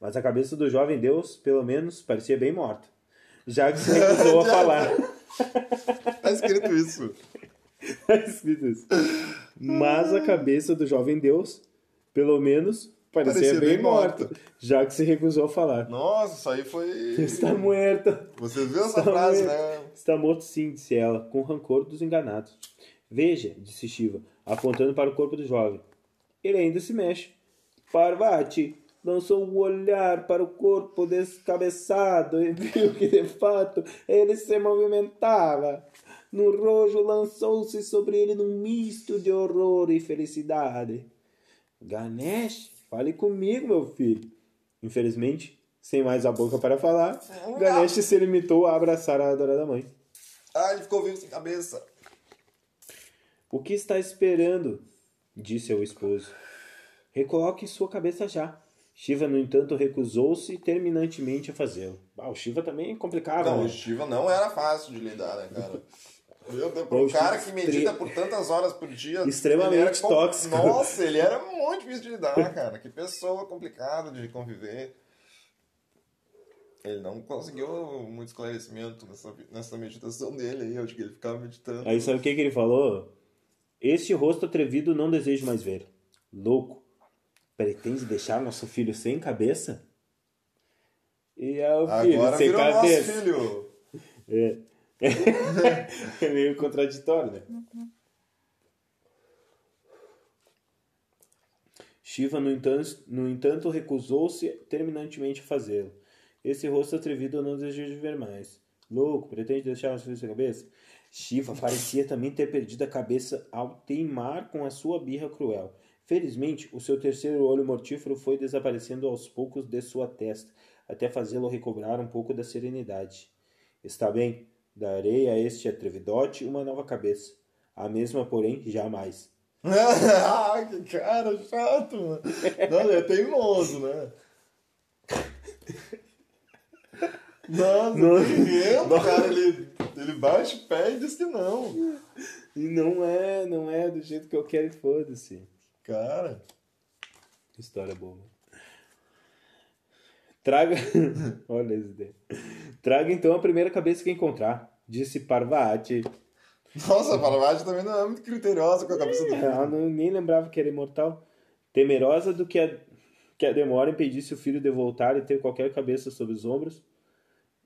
C: Mas a cabeça do jovem Deus, pelo menos, parecia bem morta. Já que se recusou a falar.
A: Tá escrito isso.
C: Tá escrito isso. Mas a cabeça do jovem Deus, pelo menos, parecia,
A: Parecia
C: bem,
A: bem
C: morta.
A: morta.
C: Já que se recusou a falar.
A: Nossa, isso aí foi.
C: Está morta.
A: Você viu essa
C: Está
A: frase,
C: morto.
A: né?
C: Está morto sim, disse ela, com rancor dos enganados. Veja, disse Shiva, apontando para o corpo do jovem. Ele ainda se mexe. Parvati lançou o olhar para o corpo descabeçado e viu que de fato ele se movimentava. No rojo lançou-se sobre ele num misto de horror e felicidade. Ganesh, fale comigo, meu filho. Infelizmente, sem mais a boca para falar, Ganesh se limitou a abraçar a adorada mãe.
A: Ah, ele ficou vivo sem cabeça.
C: O que está esperando? disse ao esposo. Recoloque sua cabeça já. Shiva, no entanto, recusou-se terminantemente a fazê-lo. Ah, o Shiva também é complicado,
A: Ah, Não,
C: né?
A: o Shiva não era fácil de lidar, né, cara? Meu Deus, pra
C: Ou
A: um
C: o
A: cara
C: Shiva
A: que medita
C: extre-
A: por tantas horas por dia.
C: Extremamente
A: ele era com-
C: tóxico.
A: Nossa, ele era muito difícil de lidar, cara. Que pessoa complicada de conviver. Ele não conseguiu muito esclarecimento nessa, nessa meditação dele aí. Eu acho que ele ficava meditando.
C: Aí sabe o que, que ele falou? Este rosto atrevido não desejo mais ver. Louco, pretende deixar nosso filho sem cabeça? E é o filho
A: Agora
C: sem
A: virou
C: cabeça.
A: nosso filho.
C: É meio contraditório, né? Shiva, no entanto, no entanto recusou-se terminantemente a fazê-lo. Esse rosto atrevido eu não desejo de ver mais. Louco, pretende deixar as coisas na cabeça? Shiva parecia também ter perdido a cabeça ao teimar com a sua birra cruel. Felizmente, o seu terceiro olho mortífero foi desaparecendo aos poucos de sua testa, até fazê-lo recobrar um pouco da serenidade. Está bem, darei a este atrevidote uma nova cabeça. A mesma, porém, jamais.
A: ah, que cara chato, mano. Não, ele é teimoso, né? Nossa,
C: Não.
A: que medo, cara. Ele, ele bate o pé e diz que não.
C: E não é, não é do jeito que eu quero e foda-se.
A: Cara,
C: História boa. mano. Traga. Olha esse ideia. Traga então a primeira cabeça que encontrar. Disse Parvati.
A: nossa, a Parvati também não é muito criteriosa com a cabeça do
C: Ela Ah, não, nem lembrava que era imortal. Temerosa do que a, que a demora impedisse o filho de voltar e ter qualquer cabeça sobre os ombros.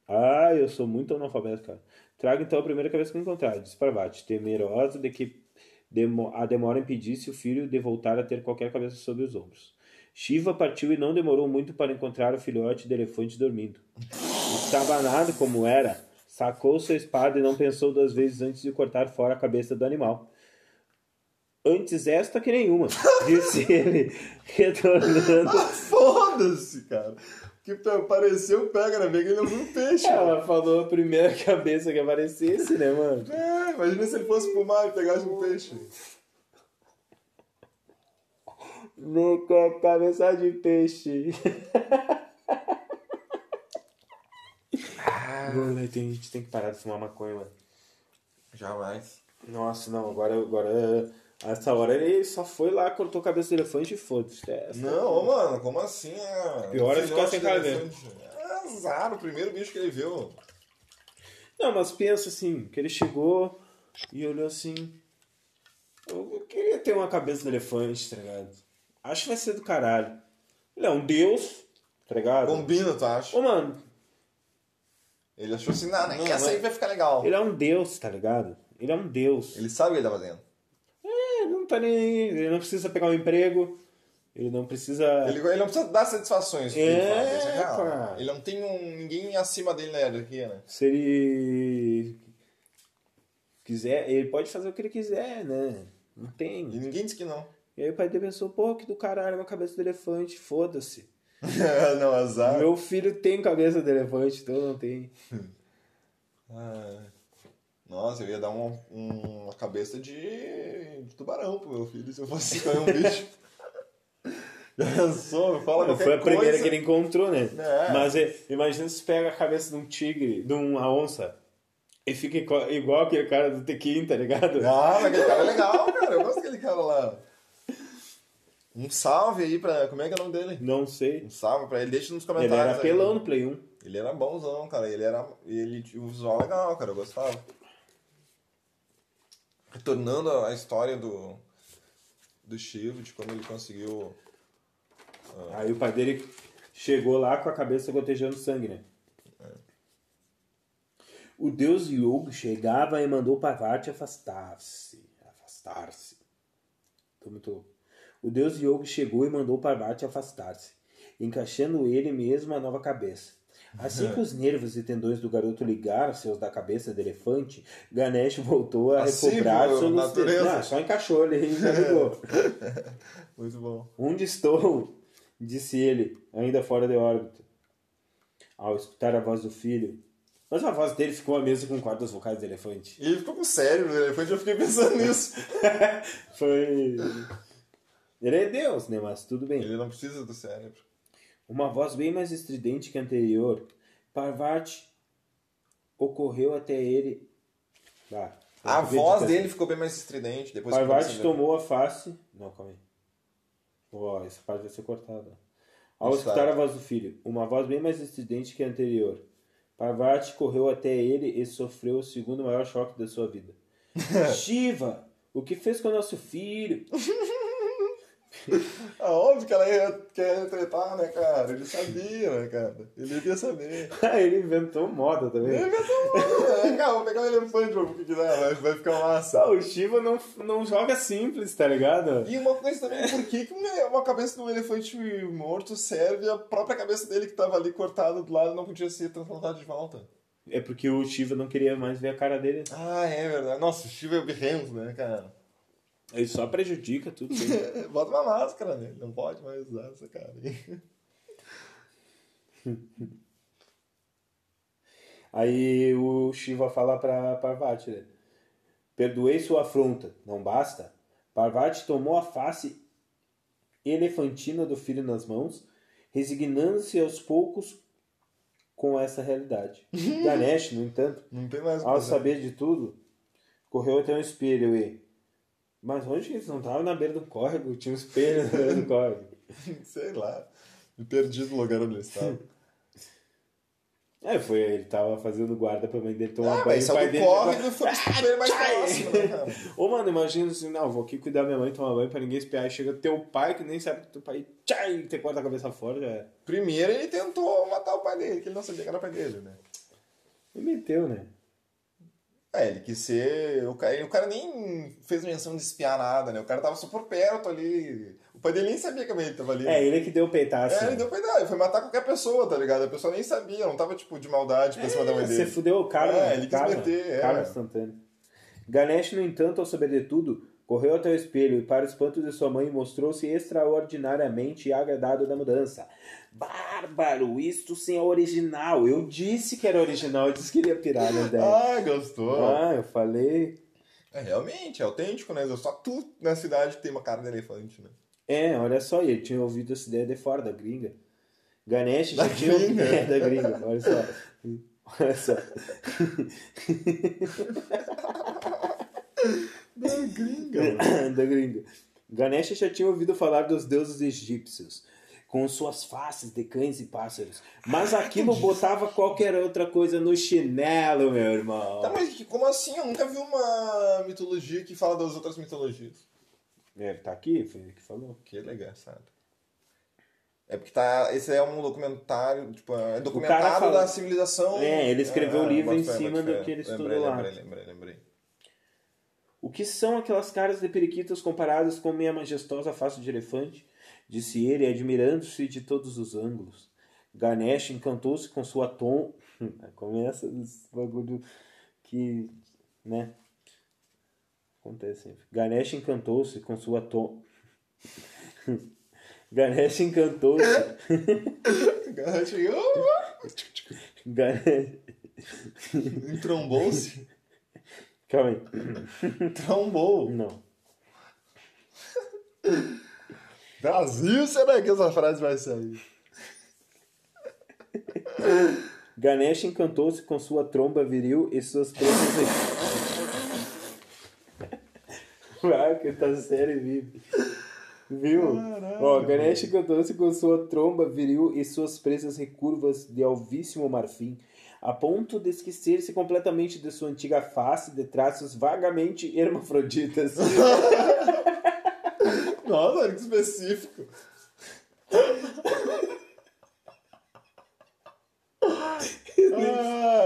C: Ah, eu sou muito analfabeto, cara. Traga então a primeira cabeça que encontrar. Disse Parvati. Temerosa de que demo- a demora impedisse o filho de voltar a ter qualquer cabeça sobre os ombros. Shiva partiu e não demorou muito para encontrar o filhote de elefante dormindo. Estabanado como era, sacou sua espada e não pensou duas vezes antes de cortar fora a cabeça do animal. Antes esta que nenhuma, disse ele, retornando.
A: Ah, Foda-se, cara. Que pe- apareceu, pega na veiga e levou um peixe. mano.
C: Ela falou a primeira cabeça que aparecesse, né, mano?
A: É, imagina se ele fosse pro mar e pegasse um peixe.
C: Vem com a cabeça de peixe. Mano, né, tem gente que tem que parar de fumar maconha, mano.
A: Jamais.
C: Nossa, não, agora. agora essa hora ele só foi lá, cortou a cabeça do elefante e foda-se. É,
A: Não, ô, mano, como assim? É,
C: Pior é
A: filhote
C: ficar sem
A: de
C: cara
A: elefante. É azar, o primeiro bicho que ele viu.
C: Não, mas pensa assim, que ele chegou e olhou assim. Eu eu queria ter uma cabeça de elefante, tá ligado? Acho que vai ser do caralho. Ele é um deus, tá ligado?
A: Combina, tu acha?
C: Ô, mano,
A: Ele achou assim, não, né?
C: Não,
A: que essa
C: mas-
A: aí vai ficar legal.
C: ele é um deus, tá ligado? Ele é um deus.
A: Ele sabe o que ele tá fazendo.
C: Ele não tá nem. aí, Ele não precisa pegar um emprego. Ele não precisa.
A: Ele, ele não precisa dar satisfações. do que
C: É,
A: ele faz, isso é real.
C: cara.
A: Ele não tem um, ninguém acima dele na hierarquia, né?
C: Se ele. quiser, ele pode fazer o que ele quiser, né? Não tem.
A: E ninguém disse que não.
C: E aí o pai dele pensou, pô, que do caralho, uma cabeça de elefante, foda-se.
A: não, azar.
C: Meu filho tem cabeça de elefante, então não tem.
A: Ah, Nossa, eu ia dar um- um- uma cabeça de, de tubarão pro meu filho se eu fosse comer um bicho. Já pensou? Me Fala
C: Não,
A: qualquer
C: foi a primeira
A: coisa.
C: que ele encontrou, né?
A: É.
C: Mas é, imagina se pega a cabeça de um tigre, de uma onça, e fica igual, igual aquele cara do Tequim, tá ligado?
A: Ah, mas aquele cara é legal, cara. Eu gosto daquele cara lá. Um salve aí pra... Como é que é o nome dele?
C: Não sei.
A: Um salve pra ele. Deixa nos
C: Ele
A: comentários
C: era
A: aí.
C: pelão no Play 1.
A: Ele era bonzão, cara. Ele era. Ele tinha um visual legal, cara. Eu gostava. Retornando a história do. Do Chivo, de como ele conseguiu.
C: Aí o pai dele chegou lá com a cabeça gotejando sangue, né? O deus Yog chegava e mandou Parvati afastar-se. Afastar-se. Tô muito louco. O deus Yog chegou e mandou Parvati afastar-se, encaixando ele mesmo a nova cabeça. Assim que os nervos e tendões do garoto ligaram-se aos da cabeça do elefante, Ganesh voltou a
A: Assim,
C: recobrar
A: pô,
C: sua lucidez.
A: natureza.
C: Não, só encaixou ele e já ligou.
A: Muito bom.
C: Onde estou? Disse ele, ainda fora de órbita. Ao escutar a voz do filho. Mas a voz dele ficou a mesma com cordas vocais do elefante.
A: E ele ficou com o cérebro do elefante, eu fiquei pensando nisso.
C: Foi. Ele é Deus, né? Mas tudo bem.
A: Ele não precisa do cérebro.
C: Uma voz bem mais estridente que a anterior. Parvati ocorreu até ele. Ah,
A: A
C: acabei de
A: voz
C: pensar.
A: dele ficou bem mais estridente. Depois que
C: Parvati
A: começa a-
C: tomou a face. Não, calma aí. Ó, essa parte vai ser cortada. Ao
A: Está.
C: escutar a voz do filho, uma voz bem mais estridente que a anterior, Parvati correu até ele e sofreu o segundo maior choque da sua vida. Shiva, o que fez com o nosso filho?
A: É óbvio que ela ia querer tretar, né, cara? Ele sabia, né, cara? Ele ia saber.
C: Ah, Ele inventou moda também.
A: Ele ia saber, né? Cara, vou pegar um elefante pra o que quiser, vai, vai ficar massa.
C: Ah, o Shiva não, não joga simples, tá ligado?
A: E uma coisa também, por que que uma uma cabeça de um elefante morto serve a própria cabeça dele que tava ali cortada do lado não podia ser transplantada de volta?
C: É porque o Shiva não queria mais ver a cara dele.
A: Ah, é verdade. Nossa, o Steve é o birrengo, né, cara?
C: Ele só prejudica tudo.
A: Bota uma máscara nele, não pode mais usar essa cara aí.
C: Aí o Shiva fala pra Parvati, né? Perdoei sua afronta, não basta? Parvati tomou a face elefantina do filho nas mãos, resignando-se aos poucos com essa realidade. Ganesh, no entanto,
A: Não tem mais
C: ao
A: coisa.
C: saber de tudo, correu até um espelho e... Mas onde que eles não estavam? Na beira do córrego, tinha um espelho na beira do córrego.
A: Sei lá. Me perdi do lugar onde ele estava.
C: É, foi, ele tava fazendo guarda pra mãe dele tomar
A: Ah,
C: banho.
A: mas
C: o pai
A: saiu do
C: dele
A: corre
C: tava-
A: e foi pro mais
C: Tchai!
A: próximo, né, cara?
C: Ô, mano, imagina assim, não, vou aqui cuidar da minha mãe, tomar banho pra ninguém espiar. Aí chega teu pai, que nem sabe que teu pai, tchai, te corta a cabeça fora, já é. era.
A: Primeiro ele tentou matar o pai dele, que ele não sabia que era o pai dele, né?
C: E meteu, né?
A: É, ele quis ser. O cara, o cara nem fez menção de espiar nada, né? O cara tava só por perto ali. O pai dele nem sabia que a mãe dele tava ali.
C: É, ele que deu o peitaço.
A: É, ele deu pra ideia, ele foi matar qualquer pessoa, tá ligado? A pessoa nem sabia, não tava tipo de maldade pra cima da mãe
C: Você
A: dele.
C: fudeu o cara,
A: É, ele quis
C: cara,
A: meter, é.
C: cara instantâneo. Ganesh, no entanto, ao saber de tudo, correu até o espelho e, para o espanto de sua mãe, mostrou-se extraordinariamente agradado da mudança. Bárbaro, isto sim é original. Eu disse que era original, eu disse que ele ia pirar na ideia.
A: Ai, gostou.
C: Ah, eu falei.
A: É, realmente, é autêntico, né? Só tu na cidade tem uma cara de elefante, né?
C: É, olha só, ele tinha ouvido essa ideia de fora, da gringa. Ganesh já
A: Da
C: tinha
A: gringa.
C: É, da gringa, olha só. Olha só.
A: Da gringa,
C: da gringa. Ganesha já tinha ouvido falar dos deuses egípcios, com suas faces de cães e pássaros. Mas aquilo botava qualquer outra coisa no chinelo, meu irmão.
A: Tá, mas que- como assim? Eu nunca vi uma mitologia que fala das outras mitologias.
C: É, tá aqui, foi ele que falou.
A: Que legal, sabe? É porque tá. Esse é um documentário, tipo, é
C: cara
A: documentário
C: fala-
A: da civilização.
C: É, ele escreveu o livro
A: bota
C: em
A: fé,
C: cima
A: bota fé.
C: do que ele estudou
A: lembrei,
C: lá.
A: Lembrei, lembrei, lembrei.
C: O que são aquelas caras de periquitas comparadas com minha majestosa face de elefante? Disse ele, admirando-se de todos os ângulos. Ganesh encantou-se com sua tom. Começa esse bagulho que. né? Acontece sempre. Ganesh encantou-se com sua tom. Ganesh encantou-se.
A: Garante,
C: Ganesh...
A: Entrombou-se?
C: Calma aí.
A: Trombou.
C: Não.
A: Brasil, será que essa frase vai sair?
C: Ganesh encantou-se com sua tromba viril e suas presas. Vai, que tá sério, vive. Viu? Ó, Ganesh encantou-se com sua tromba viril e suas presas recurvas de alvíssimo marfim, a ponto de esquecer-se completamente de sua antiga face de traços vagamente hermafroditas.
A: Nossa, olha que específico.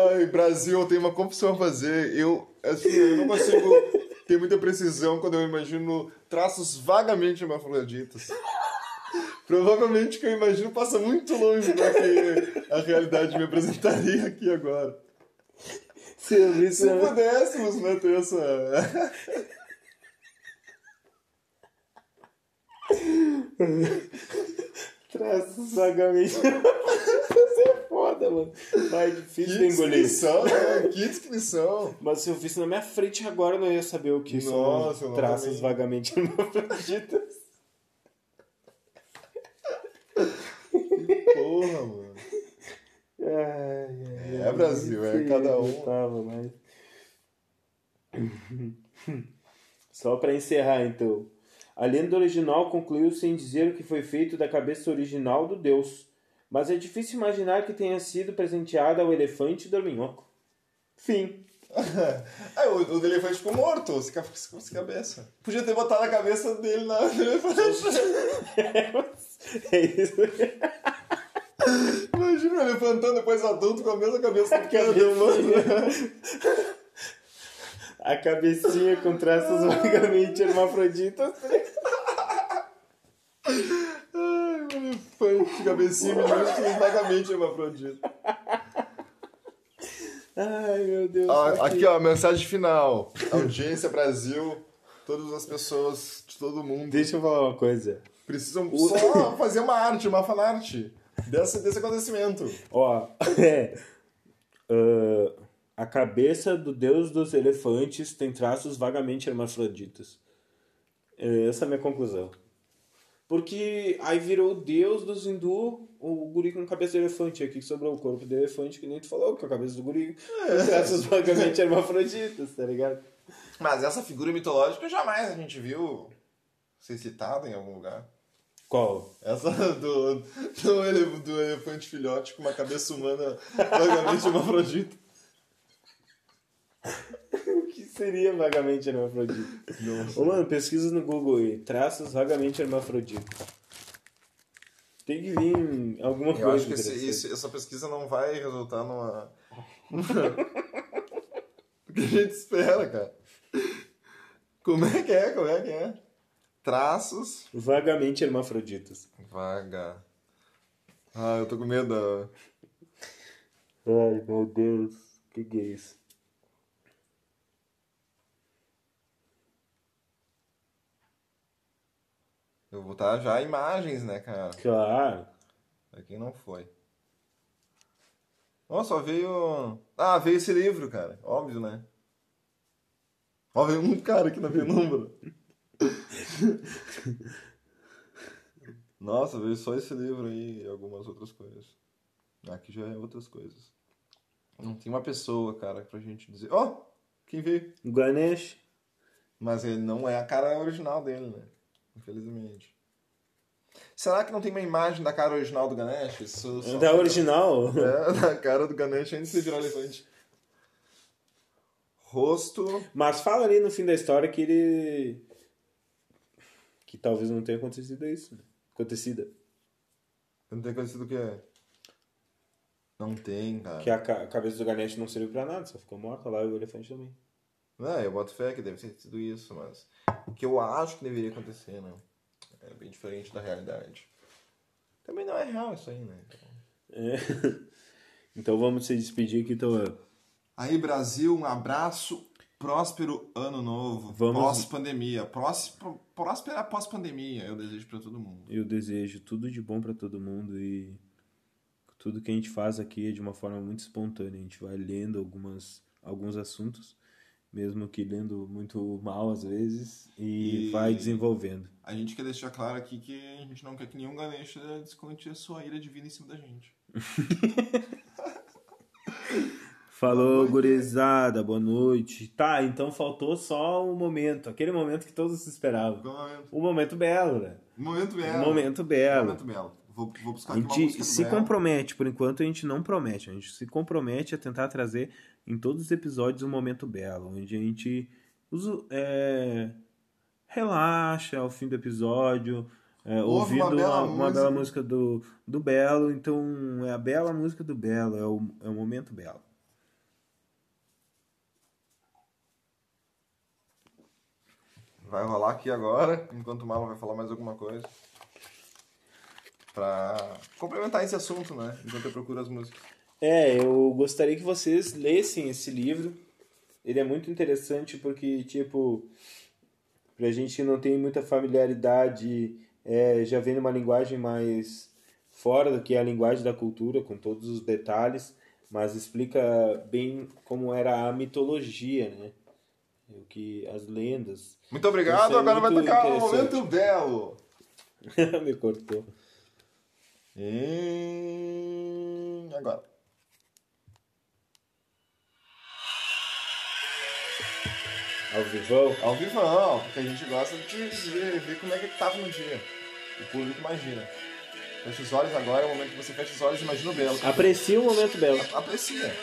A: Ai, Brasil, eu tenho uma confissão a fazer. Eu, assim, eu não consigo ter muita precisão quando eu imagino traços vagamente hermafroditas. Provavelmente que eu imagino passa muito longe do que a realidade me apresentaria aqui agora.
C: Se eu vi isso,
A: Se pudéssemos, né, ter essa...
C: traços vagamente. Você é foda, mano. Vai, difícil de
A: Que
C: engolir.
A: descrição, né? Que descrição.
C: Mas se eu visse na minha frente agora, eu não ia saber o que
A: Nossa, eu
C: são
A: não
C: traços
A: também.
C: vagamente hermafroditas.
A: Porra, mano.
C: Ai, ai,
A: É, Brasil, é cada um.
C: Gostava, mas... Só pra encerrar, então. A lenda original concluiu sem dizer o que foi feito da cabeça original do deus. Mas é difícil imaginar que tenha sido presenteada ao elefante dorminhoco. Fim.
A: Aí É, o, o do elefante ficou morto, sem ca- sem cabeça. Podia ter botado a cabeça dele na no elefante.
C: É isso.
A: Imagina o elefantão depois adulto com a mesma cabeça pequena do humano.
C: A cabecinha com traços vagamente hermafroditas.
A: Ai, um elefante, cabecinha minúscula e vagamente tá hermafrodita.
C: Ai, meu Deus.
A: Ó, Aqui, ó, mensagem final. Audiência Brasil, todas as pessoas de todo mundo
C: Deixa eu falar uma coisa.
A: precisam só fazer uma arte, uma fanart desse, desse acontecimento.
C: Ó, é. Ahn, a cabeça do deus dos elefantes tem traços vagamente hermafroditas. É, Essa é a minha conclusão. Porque aí virou o deus dos hindu, o guri com cabeça de elefante. Aqui que sobrou o corpo de elefante, que nem tu falou, que é a cabeça do guri. com Traços vagamente hermafroditas, tá ligado?
A: Mas essa figura mitológica jamais a gente viu ser citada em algum lugar.
C: Qual?
A: Essa do, do, ele- do elefante filhote com uma cabeça humana vagamente hermafrodita.
C: O que seria vagamente hermafrodita? Ô, mano, pesquisa no Google aí. Traços vagamente hermafroditas. Tem que vir alguma coisa.
A: Eu acho que esse-
C: interessante.
A: esse- essa pesquisa não vai resultar numa. o que a gente espera, cara. Como é que é? Como é que é? Traços.
C: Vagamente hermafroditas.
A: Vaga. Ah, eu tô com medo da.
C: Ai, meu Deus. Que que é isso?
A: Eu vou botar já imagens, né, cara?
C: Claro.
A: Pra quem não foi. Ó, só veio. Ah, veio esse livro, cara. Óbvio, né? Ó, veio um cara aqui na penumbra. Nossa, veio só esse livro aí e algumas outras coisas. Aqui já é outras coisas. Não tem uma pessoa, cara, pra gente dizer. Ó, quem veio?
C: Ganesh.
A: Mas ele não é a cara original dele, né? Infelizmente. Será que não tem uma imagem da cara original do Ganesh? Isso só-
C: Da Tá original?
A: é, na cara do Ganesh antes de virar elefante. Rosto.
C: Mas fala ali no fim da história que ele. Que talvez não tenha acontecido isso. né? Acontecida.
A: Não tem conhecido o que é? Não tem, cara.
C: Que a ca- a cabeça do Ganesh não serviu pra nada, só ficou morta lá e o elefante também.
A: Não, É, eu boto fé que deve ter sido isso, mas. O que eu acho que deveria acontecer, né? É bem diferente da realidade. Também não é real isso aí, né?
C: É. Então vamos se despedir aqui, então.
A: Aí, Brasil, um abraço. Próspero ano novo.
C: Vamos-
A: Pós-pandemia. Prós- pró- Próspera pós-pandemia, eu desejo pra todo mundo.
C: Eu desejo tudo de bom pra todo mundo e tudo que a gente faz aqui é de uma forma muito espontânea. A gente vai lendo algumas, alguns assuntos, mesmo que lendo muito mal às vezes, e,
A: E-
C: vai desenvolvendo.
A: A gente quer deixar claro aqui que a gente não quer que nenhum Ganesha desconte a sua ira divina em cima da gente.
C: Falou, gurizada, boa noite. Tá, então faltou só um momento, aquele momento que todos esperavam.
A: Qual é o momento?
C: O momento belo, né?
A: Momento belo.
C: O momento belo.
A: Momento belo. Vou, vou buscar
C: A
A: aqui uma música é.
C: gente
A: do
C: se
A: Belo.
C: compromete, por enquanto a gente não promete, a gente se compromete a tentar trazer em todos os episódios um momento belo, onde a gente usa, é, relaxa ao fim do episódio, é,
A: Ouve
C: ouvindo
A: uma
C: uma,
A: bela
C: uma bela música do, do Belo, então é a bela música do Belo, é o, é o momento belo.
A: Vai rolar aqui agora, enquanto o Malo vai falar mais alguma coisa. Pra complementar esse assunto, né? Enquanto eu procuro as músicas.
C: É, eu gostaria que vocês lessem esse livro. Ele é muito interessante porque, tipo, pra gente que não tem muita familiaridade, é, já vem numa linguagem mais fora do que é a linguagem da cultura, com todos os detalhes, mas explica bem como era a mitologia, né? O que as lendas.
A: Muito obrigado,
C: Isso é
A: agora vai
C: muito
A: tocar o
C: interessante.
A: Momento Belo.
C: Me cortou.
A: E agora.
C: Ao vivão.
A: Ao vivão, porque a gente gosta de ver, ver como é que ele tava no dia. O público imagina. Fecha os olhos agora, é o momento que você fecha os olhos e imagina o Belo.
C: Aprecie o momento belo.
A: Aprecia.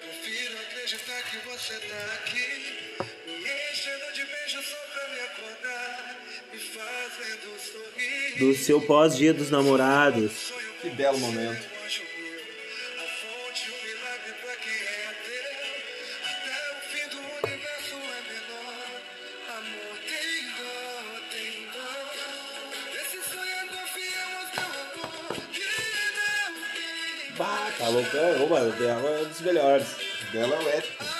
B: Prefiro acreditar que
E: você tá aqui, me enchendo de beijos só pra me acordar, me fazendo um sorrir.
C: Do seu pós-dia dos namorados.
A: Que belo momento.
E: Um anjo meu, a fonte, o milagre pra quem é teu. Até o fim do universo é menor. Amor tem dó, tem dó. Desse sonhador fiel ao teu amor, que não tem
C: Tá Bah, tá loucão. Oba, é um dos melhores.
A: Belo é o épico.